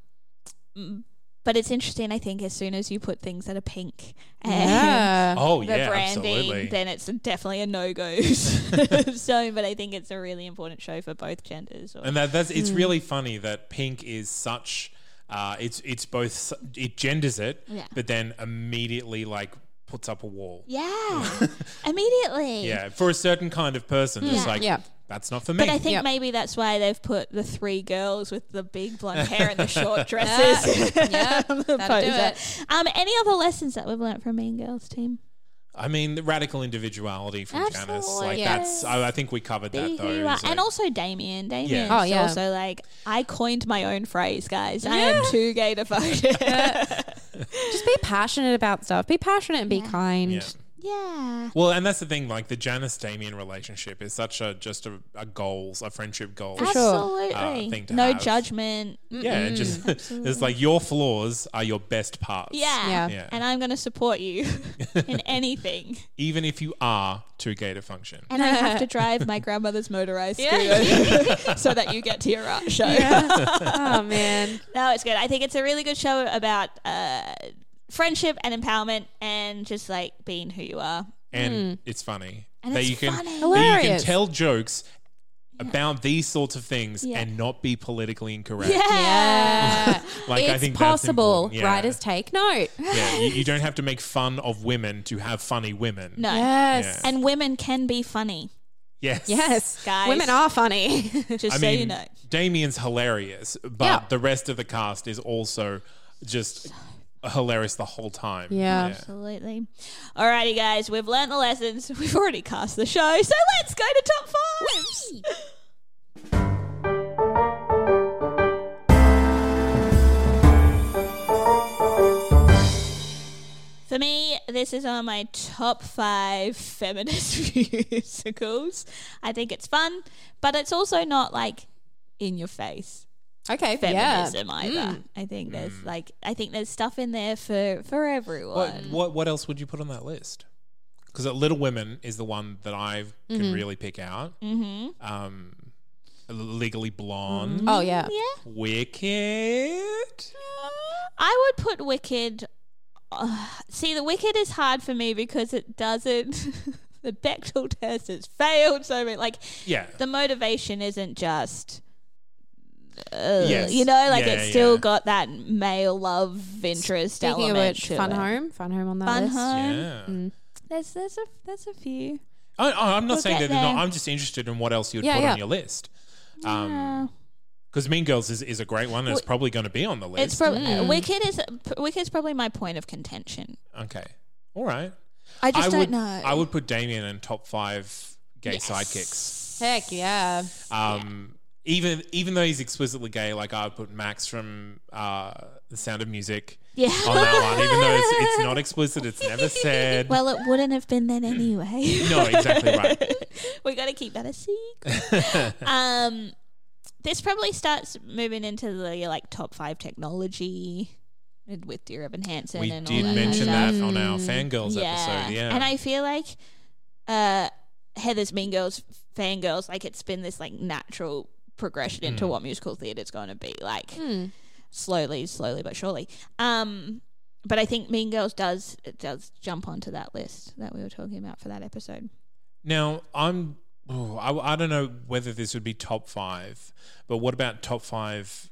but it's interesting i think as soon as you put things that are pink and
Yeah.
Oh,
the
yeah,
branding,
absolutely.
then it's definitely a no go zone. But I think it's a really important show for both genders. Or,
And that, that's it's
Mm.
really funny that pink is such. Uh, it's it's both s- it genders it,
Yeah.
but then immediately like puts up a wall.
yeah, immediately.
Yeah, for a certain kind of person, just
Yeah.
like
Yeah.
that's not for me.
But I think
Yep.
maybe that's why they've put the three girls with the big blonde hair and the short dresses.
Yeah, that'll do
Poser.
it.
Um, any other lessons that we've learnt from Mean Girls team?
I mean, the radical individuality from Janice,
Absolutely.
like
Yeah.
that's. I, I think we covered
Be
that
who
though.
you are.
It's
And
like-
also Damien. Damien
Oh,
oh,
yeah.
also like, I coined my own phrase, guys. I am too gay to fuck.
Just be passionate about stuff. Be passionate and be kind.
yeah.
Yeah.
Well, and that's the thing, like the Janice Damien relationship is such a just a, a goals, a friendship goal.
sure.
Uh,
Absolutely.
thing to
no
have.
judgment.
Yeah, it just it's like your flaws are your best parts.
Yeah.
Yeah.
Yeah.
And I'm going to support you in anything.
Even if you are too gay to function.
And I have to drive my grandmother's motorized scooter so that you get to your art show.
oh man.
No, it's good. I think it's a really good show about uh, friendship and empowerment and just like being who you are.
And it's funny.
And
that
it's
you can
funny.
that you can
Hilarious.
tell jokes about these sorts of things
Yeah.
and not be politically incorrect.
Yeah.
Yeah.
Like, I
it's
think that's
possible.
important. Yeah.
Writers take note.
Yeah, you, you don't have to make fun of women to have funny women.
No.
Yes.
Yeah.
And women can be funny.
Yes.
Yes.
Guys.
Women are funny.
Just
I
so
mean,
you know.
Damien's hilarious, but
Yeah.
the rest of the cast is also just hilarious the whole time.
Yeah.
Absolutely. Alrighty, guys, we've learned the lessons. We've already cast the show, so let's go to top five. For me, this is on my top five feminist musicals. I think it's fun, but it's also not like in your face
okay.
feminism
Yeah.
either. I think there's like I think there's stuff in there for for everyone.
What, what what else would you put on that list? Because Little Women is the one that I can really pick out.
Mm-hmm.
Um, Legally Blonde,
Oh yeah.
Yeah,
Wicked.
I would put Wicked. Uh, see, the Wicked is hard for me because it doesn't. the Bechtel test has failed so many. Like
Yeah.
the motivation isn't just. Uh,
Yes.
You know, like
Yeah,
it's
yeah.
still got that male love interest
Speaking of
element.
which,
to
fun
it.
home. Fun home on that
Fun
list.
home.
yeah.
There's there's a there's a few.
I, I, I'm not
We'll
saying that
get
they're not.
there.
I'm just interested in what else you'd
Yeah,
put
yeah.
on your list. Um 'cause because Mean Girls is, is a great one. and It's
Well,
probably going to be on the list. Mm.
It's probably Wicked is Wicked is probably my point of contention.
okay. All right.
I just don't
would,
know.
I would put Damien in top five gay sidekicks.
Heck yeah.
Um, even even though he's explicitly gay, like I would put Max from uh, The Sound of Music
Yeah.
on that one. Even though it's, it's not explicit, it's never said.
Well, it wouldn't have been then anyway.
no, exactly right.
we got to keep that a secret. um, this probably starts moving into the like top five technology with Dear Evan Hansen.
We
and
did
all that
mention
kind of
that
stuff.
on our Fangirls
Um, yeah.
episode. Yeah.
and I feel like uh, Heather's Mean Girls, Fangirls, like it's been this like natural progression into
Hmm.
what musical theatre's going to be like. slowly, slowly but surely. Um, but I think Mean Girls does it does jump onto that list that we were talking about for that episode.
Now I'm. oh, I, I don't know whether this would be top five, but what about top five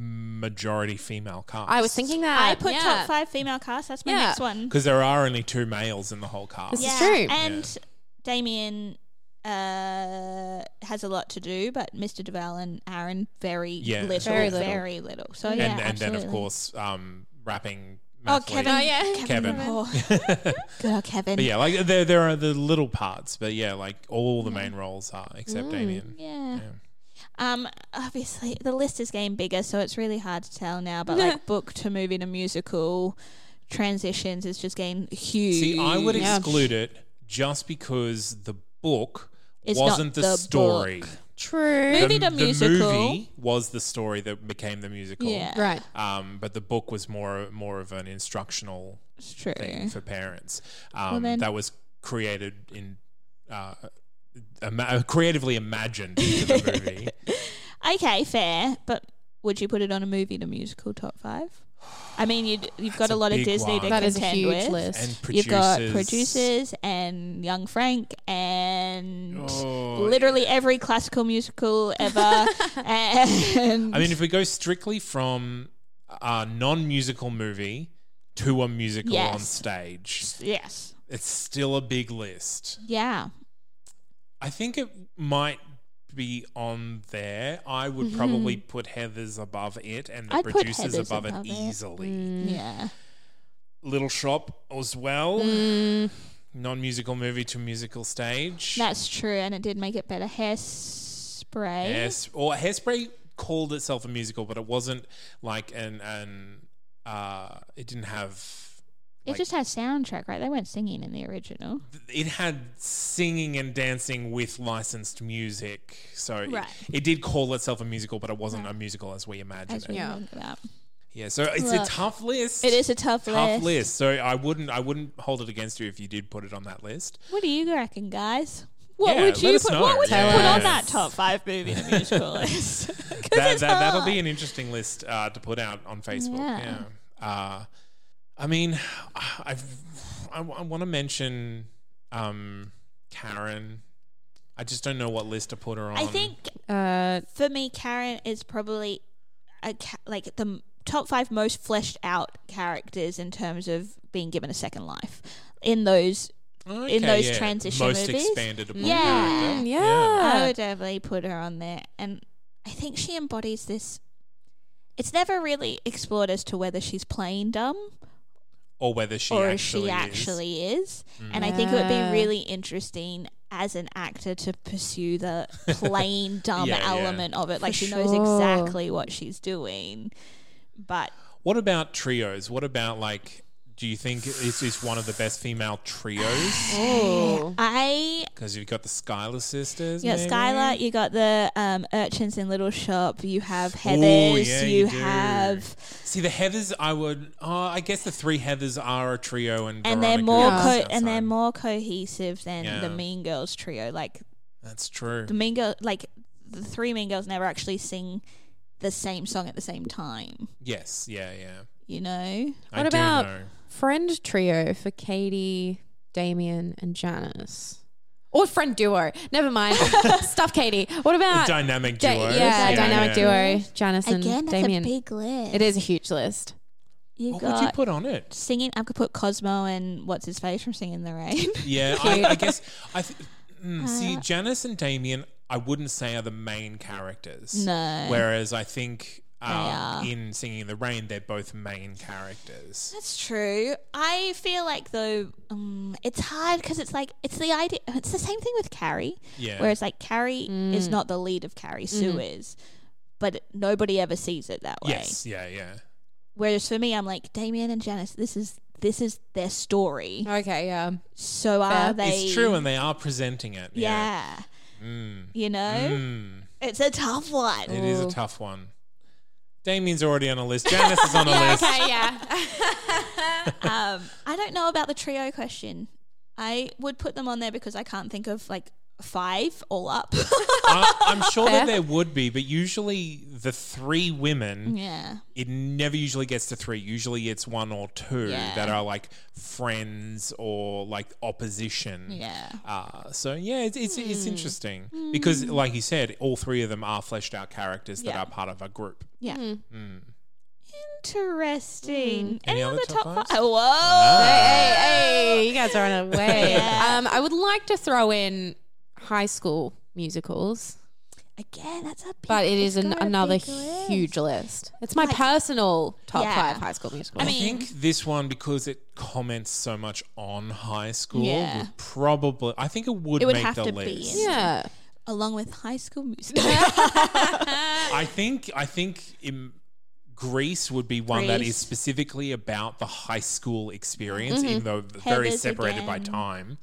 majority female cast?
I was thinking that.
I put
yeah.
top five female cast. That's my
Yeah.
next one.
because there are only two males in the whole cast.
This is true.
And Damien uh, has a lot to do, but Mr. Duval and Aaron very
Yeah.
little, very
Very
little,
little.
So
and
yeah,
and then of
absolutely.
course, um, rapping.
Oh,
Mathlete.
Kevin,
Oh, yeah.
Kevin,
Kevin.
Paul. good old Kevin.
But yeah, like there there are the little parts, but yeah, like all the main roles are except Damien.
Mm. Yeah. Um, obviously the list is getting bigger, so it's really hard to tell now. But like book to movie to musical transitions is just getting huge.
See, I would
Yeah.
exclude it just because the book
It's not
wasn't the,
the
story.
book.
True.
movie
The,
to
the
musical.
movie was the story that became the musical.
Yeah,
Right.
Um, but the book was more more of an instructional
it's true.
thing for parents um,
then-
that was created in uh, ima- creatively imagined into the movie.
Okay, fair. But would you put it on a movie to musical top five? I mean, you'd, you've got
That's
a
a
lot of
big
Disney
one.
to
That is a
contend
huge
with.
list.
And producers,
You've got producers and Young Frank and
Oh,
literally every classical musical ever. and
I mean, if we go strictly from a non-musical movie to a musical on
Yes.
stage,
yes,
it's still a big list.
yeah.
I think it might be on there. I would probably put Heather's above it and the
Mm-hmm. I'd put
producers
Heathers
above,
above
it
it. Mm.
easily.
Mm.
Yeah.
Little Shop as well.
Mm.
Non-musical movie to musical stage.
That's true, and it did make it better. Hairspray.
Yes, or Hairspray called itself a musical, but it wasn't like an an uh, it didn't have
It just has soundtrack, right? They weren't singing in the original.
it had singing and dancing with licensed music. So it-
Right.
it, did call itself a musical, but it wasn't a musical as we imagine
As
it.
we
Yeah.
learned about.
Yeah, so it's a
Look,
tough list.
It is a tough,
tough
list.
list. So I wouldn't I wouldn't hold it against you if you did put it on that list.
What do you reckon, guys? What
Yeah,
would
let
you
us
put,
know.
what would
Tell
you put on
us.
that top five movie to musical list? 'Cause
That,
it's
that that'll
hard.
be an interesting list uh, to put out on Facebook.
Yeah.
Yeah. Uh, I mean, I've, I want to mention um, Karen. I just don't know what list to put her on.
I think
Uh,
for me, Karen is probably a ca- like the m- top five most fleshed out characters in terms of being given a second life in those. in
Okay,
those transition
most
movies.
expanded upon
Yeah.
character.
Mm, yeah.
I would definitely put her on there, and I think she embodies this. It's never really explored as to whether she's playing dumb
or whether she
or
actually
she
is. Mm.
actually is. And I think it would
Yeah.
be really interesting as an actor to pursue the plain dumb
Yeah, yeah.
element of it. Like she knows
sure.
exactly what she's doing. But
What about trios? What about like? Do you think this is one of the best female trios?
Oh.
I
Because you've got the Skylar sisters.
you got
maybe?
Skylar, you got the um, urchins in Little Shop, you have Heathers,
yeah,
you,
you do.
have
See the Heathers. I would. Oh, I guess the three Heathers are a trio, and
and
Veronica
they're more
is
co-
outside.
and they're more cohesive than
Yeah.
the Mean Girls trio. Like
That's true.
the Mean Girl like the three Mean Girls never actually sing the same song at the same time.
Yes. Yeah. Yeah.
You know?
I
What about-
do know.
Friend trio for Katie, Damien, and Janice. Or friend duo. Never mind. Stuff Katie. What about
dynamic
Da-
duo?
Uh, Yeah, dynamic
yeah.
duo. Janice and
Again, that's
Damien.
a big list.
it is a huge list.
You
What would
got
you put on it?
singing. I could put Cosmo and what's his face from Singing in the Rain.
Yeah, I, I guess I th- mm, see
Uh-huh.
Janice and Damien. I wouldn't say are the main characters.
No.
Whereas I think um,
are.
in Singing in the Rain, they're both main characters.
That's true. I feel like though um, it's hard because it's like it's the idea. It's the same thing with Carrie,
Yeah.
where it's like Carrie is
Mm.
not the lead of Carrie. Sue
Mm-hmm.
is, but nobody ever sees it that way.
yes. Yeah. Yeah.
Whereas for me, I'm like Damien and Janice. This is this is their story.
Okay, yeah.
So are
Fair.
they?
It's true, and they are presenting it. Yeah.
yeah. Oh.
Mm.
You know,
Mm.
it's a tough one.
It is a
Ooh.
tough one. Damien's already on a list. Janice is on a list.
Okay, yeah.
um, I don't know about the trio question. I would put them on there because I can't think of like five all up.
I, I'm sure that
Fair.
there would be, but usually the three women
yeah.
it never usually gets to three. Usually it's one or two
Yeah.
that are like friends or like opposition.
Yeah. Hmm.
Uh, so yeah, it's it's, it's interesting because, like you said, all three of them are fleshed out characters that
Yeah.
are part of a group.
Yeah.
Hmm.
Interesting.
Any
Any,
other
other
top
top,
fives?
five? Whoa.
hey, hey, hey, you guys are on a way.
Yeah.
Um, I would like to throw in high school musicals,
Again, that's a big
but it is
it's
an,
got a
another
big list.
huge list. It's my personal top
Yeah.
five high school musicals.
I
I
mean-
think this one because it comments so much on high school
Yeah.
would probably. I think it would,
It would
make
have
the
to be
list.
in.
yeah.
Along with high school music.
I think I think in Greece would be one that is
Greece. Mm-hmm.
specifically about the high school experience, even though very
Heathers
separated by
again.
time.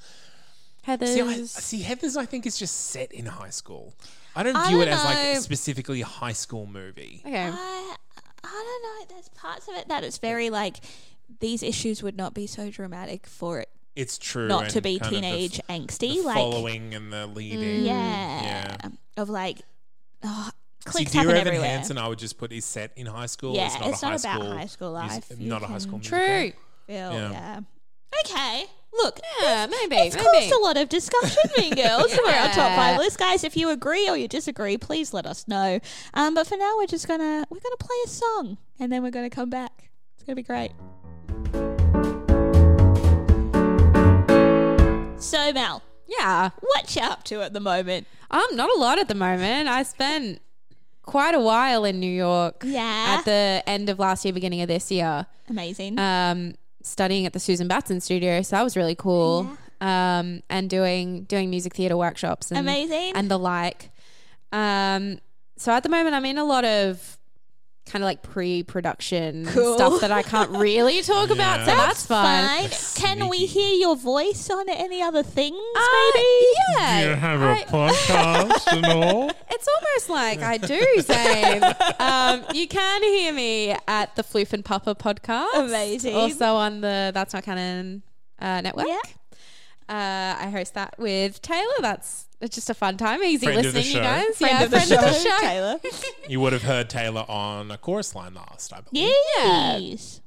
Heather's.
See, I, see, Heather's I think is just set in high school. I don't
I
view
don't
it as like
know.
specifically a high school movie.
okay.
I, I don't know. There's parts of it that it's very like these issues would not be so dramatic for it
It's true,
not to
and
be
kind of the
teenage
f- the,
angsty. Like, Mm,
following and the leading.
Yeah.
yeah.
Of like, oh,
See,
clicks
Dear
happen
Evan
everywhere.
Hansen, I would just put is set in high school.
Yeah,
it's not,
it's
a high
not about
school
high school
mus-
life. You
Not a high
can-
school.
True.
Bill,
Yeah.
yeah. Okay. Look,
Yeah, maybe.
it's
maybe.
caused a lot of discussion, Mean Girls. We're our top
Yeah.
five list, guys. If you agree or you disagree, please let us know. Um, but for now, we're just gonna we're gonna play a song, and then we're gonna come back. It's gonna be great. So Mel,
Yeah.
what you up to at the moment?
Um, not a lot at the moment. I spent quite a while in New York.
Yeah,
At the end of last year, beginning of this year,
amazing.
um, studying at the Susan Batson studio, so that was really cool. Um, and doing doing music theater workshops and
Amazing.
and the like. Um, so at the moment, I'm in a lot of kind of like pre-production
Cool.
stuff that I can't really talk about. So that's, fun.
Fine. Can we
sneaky.
hear your voice on any other things?
Uh,
maybe.
yeah.
You have a
I-
podcast and all.
It's almost like I do, Zane. um, you can hear me at the Floof and Papa podcast.
Amazing.
Also on the That's Not Canon uh, network.
Yeah.
Uh, I host that with Taylor. That's it's just a fun time. Easy
Friend of the
listening,
show.
you guys.
Friend
yeah,
of the
friend
show,
of the show.
Taylor.
You would have heard Taylor on a chorus line last, I believe.
Yes.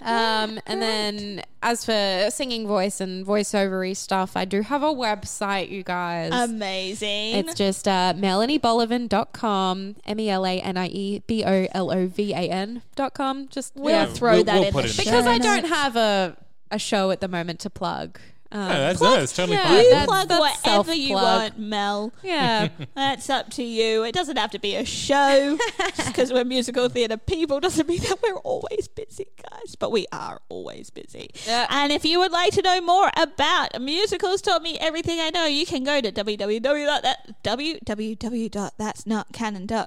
Um, and then as for singing voice and voiceovery stuff, I do have a website, you guys.
Um, Amazing.
It's just uh, melaniebolovan.com, M E L A N I E B O L O V A N.com. Just
we'll
yeah.
throw
we'll-
that
we'll
in
put
the
it in
show
the
because I
notes.
don't have a, a show at the moment to plug. Um,
No, Oh, that's, no, it's totally
yeah.
fine.
You
You
That's-
plug
that's
whatever you
self-plug.
want, Mel.
yeah.
That's up to you. It doesn't have to be a show. Just because we're musical theatre people doesn't mean that we're always busy, guys. But we are always busy.
Yeah.
And if you would like to know more about musicals, taught me everything I know, you can go to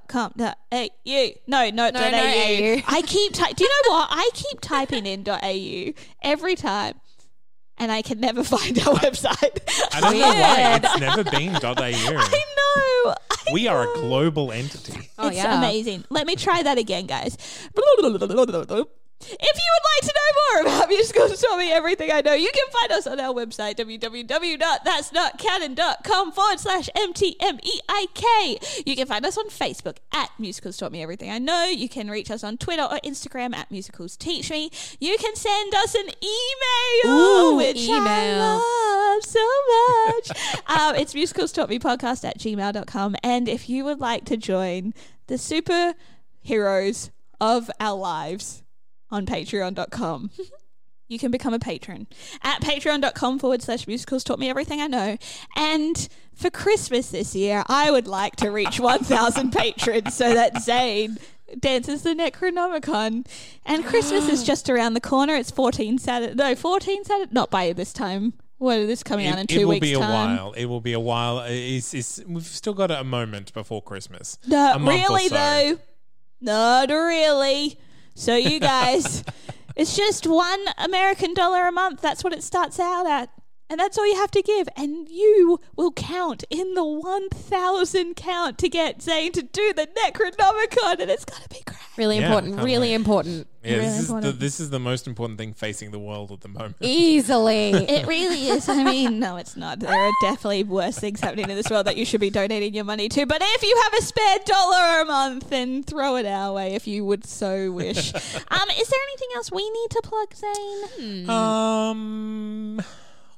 www.thatsnotcanon.com.au. No, no,
No,
dot
no,
au.
au.
I keep ty- Do you know what? I keep typing in dot .au every time. And I can never find our website.
I don't know why. It's never been .au.
I know. I
We are a
know.
global entity.
Oh,
it's
yeah.
amazing. Let me try that again, guys. If you would like to know more about musicals, tell me everything I know. You can find us on our website, www.thatsnotcanon.com forward slash MTMEIK. E You can find us on Facebook at Musicals Taught Me Everything I Know. You can reach us on Twitter or Instagram at Musicals Teach Me. You can send us an email,
Ooh,
which I
email.
love love so much. um, it's musicalstopmepodcast at gmail.com. And if you would like to join the superheroes of our lives on patreon.com. You can become a patron at patreon.com forward slash musicals taught me everything I know. And for Christmas this year, I would like to reach 1,000 patrons so that Zane dances the Necronomicon. And Christmas is just around the corner. It's 14 Saturday. No, 14 Saturday. Not by this time. What is this coming out in
It,
two
it will
weeks'
be a
time?
while. It will be a while. It's, it's, we've still got a moment before Christmas.
No,
A month or
really
so.
though. Not really. So you guys, it's just one American dollar a month. That's what it starts out at. And that's all you have to give. And you will count in the 1,000 count to get Zane to do the Necronomicon. And it's going to be great.
Really
Yeah,
important.
can't
Really
wait.
important.
Yeah,
Really
this, is the,
important.
this is the most important thing facing the world at the moment.
Easily.
It really is. I mean, no, it's not. There are definitely worse things happening in this world that you should be donating your money to. But if you have a spare dollar a month, then throw it our way if you would so wish. um, is there anything else we need to plug, Zane?
Um,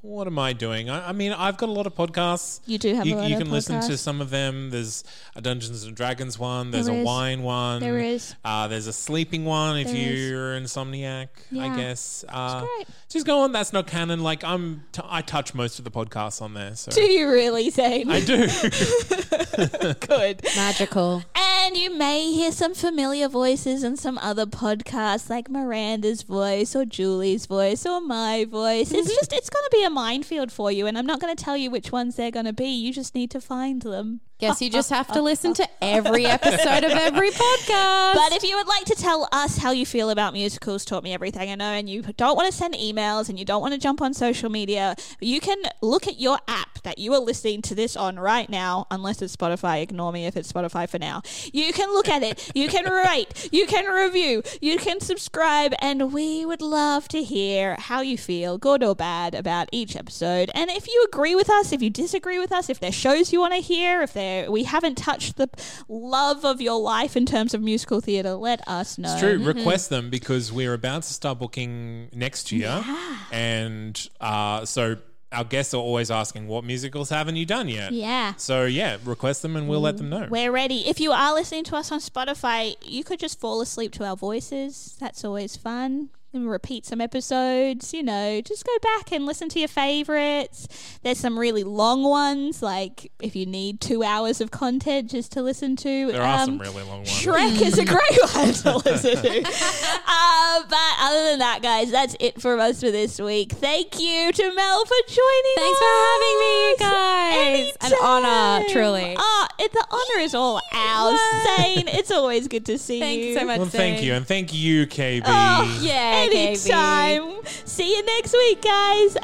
what am I doing? I, I mean, I've got a lot of podcasts.
You do have a
You,
lot
you
of
can listen to
podcasts.
some of them. There's a Dungeons and Dragons one. There's
There
a
is.
wine one.
There is.
Uh, there's a sleeping one if
There is.
you're insomniac.
Yeah.
I guess. Uh,
great.
Just go on. That's not canon. Like I'm, t- I touch most of the podcasts on there. So
Do you really, Zane?
I do.
Good.
Magical.
And you may hear some familiar voices and some other podcasts like Miranda's voice or Julie's voice or my voice. It's just, it's going to be a minefield for you. And I'm not going to tell you which ones they're going to be. You just need to find them.
Guess you just have to listen to every episode of every podcast.
But if you would like to tell us how you feel about musicals, taught me everything I know, and you don't want to send emails and you don't want to jump on social media, you can look at your app that you are listening to this on right now, unless it's Spotify. Ignore me if it's Spotify for now. You can look at it, you can rate, you can review, you can subscribe, and we would love to hear how you feel, good or bad, about each episode. And if you agree with us, if you disagree with us, if there's shows you want to hear, if there we haven't touched the love of your life in terms of musical theatre, let us know.
It's true. Request them because we're about to start booking next year, and uh, so our guests are always asking, "What musicals haven't you done yet?"
Yeah.
So yeah, request them and we'll let them know.
We're ready. If you are listening to us on Spotify, you could just fall asleep to our voices. That's always fun. and repeat some episodes. You know, just go back and listen to your favorites. There's some really long ones, like if you need two hours of content just to listen to.
There are
um,
some really long ones.
Shrek is a great one to listen to. uh, but other than that, guys, that's it from us for this week. Thank you to Mel for joining us.
Thanks for having me, you guys. An honor,
Anytime.
truly.
Ah, it, the honor is all ours. Zane, it's always good to see
Thanks
you.
so much.
Well, thank
Zane.
you, and thank you, KB.
Oh,
Yeah,
Anytime. See you next week, guys.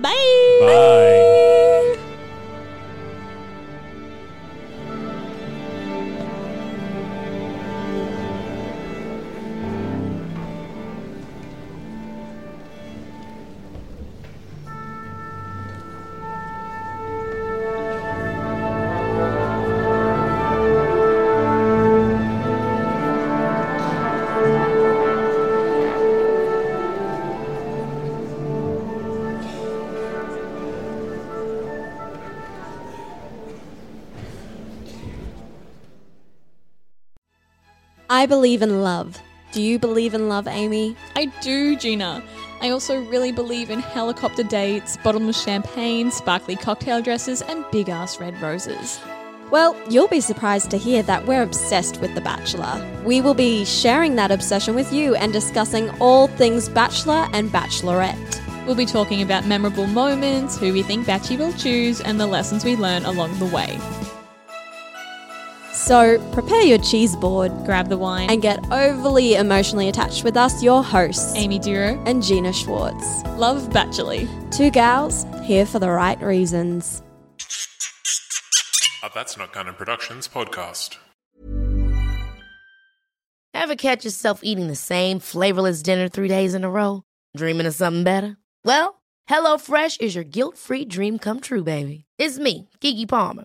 Bye.
I believe in love. Do you believe in love, Amy?
I do, Gina. I also really believe in helicopter dates, bottomless champagne, sparkly cocktail dresses, and big ass red roses.
Well, you'll be surprised to hear that we're obsessed with The Bachelor. We will be sharing that obsession with you and discussing all things Bachelor and Bachelorette.
We'll be talking about memorable moments, who we think Batchy will choose, and the lessons we learn along the way.
So prepare your cheese board
Grab the wine.
and get overly emotionally attached with us, your hosts,
Amy Duro,
and Gina Schwartz.
love Batchley.
Two gals here for the right reasons.
A That's Not Gunner Productions podcast.
Ever catch yourself eating the same flavorless dinner three days in a row? Dreaming of something better? Well, HelloFresh is your guilt free dream come true, baby. It's me, Gigi Palmer.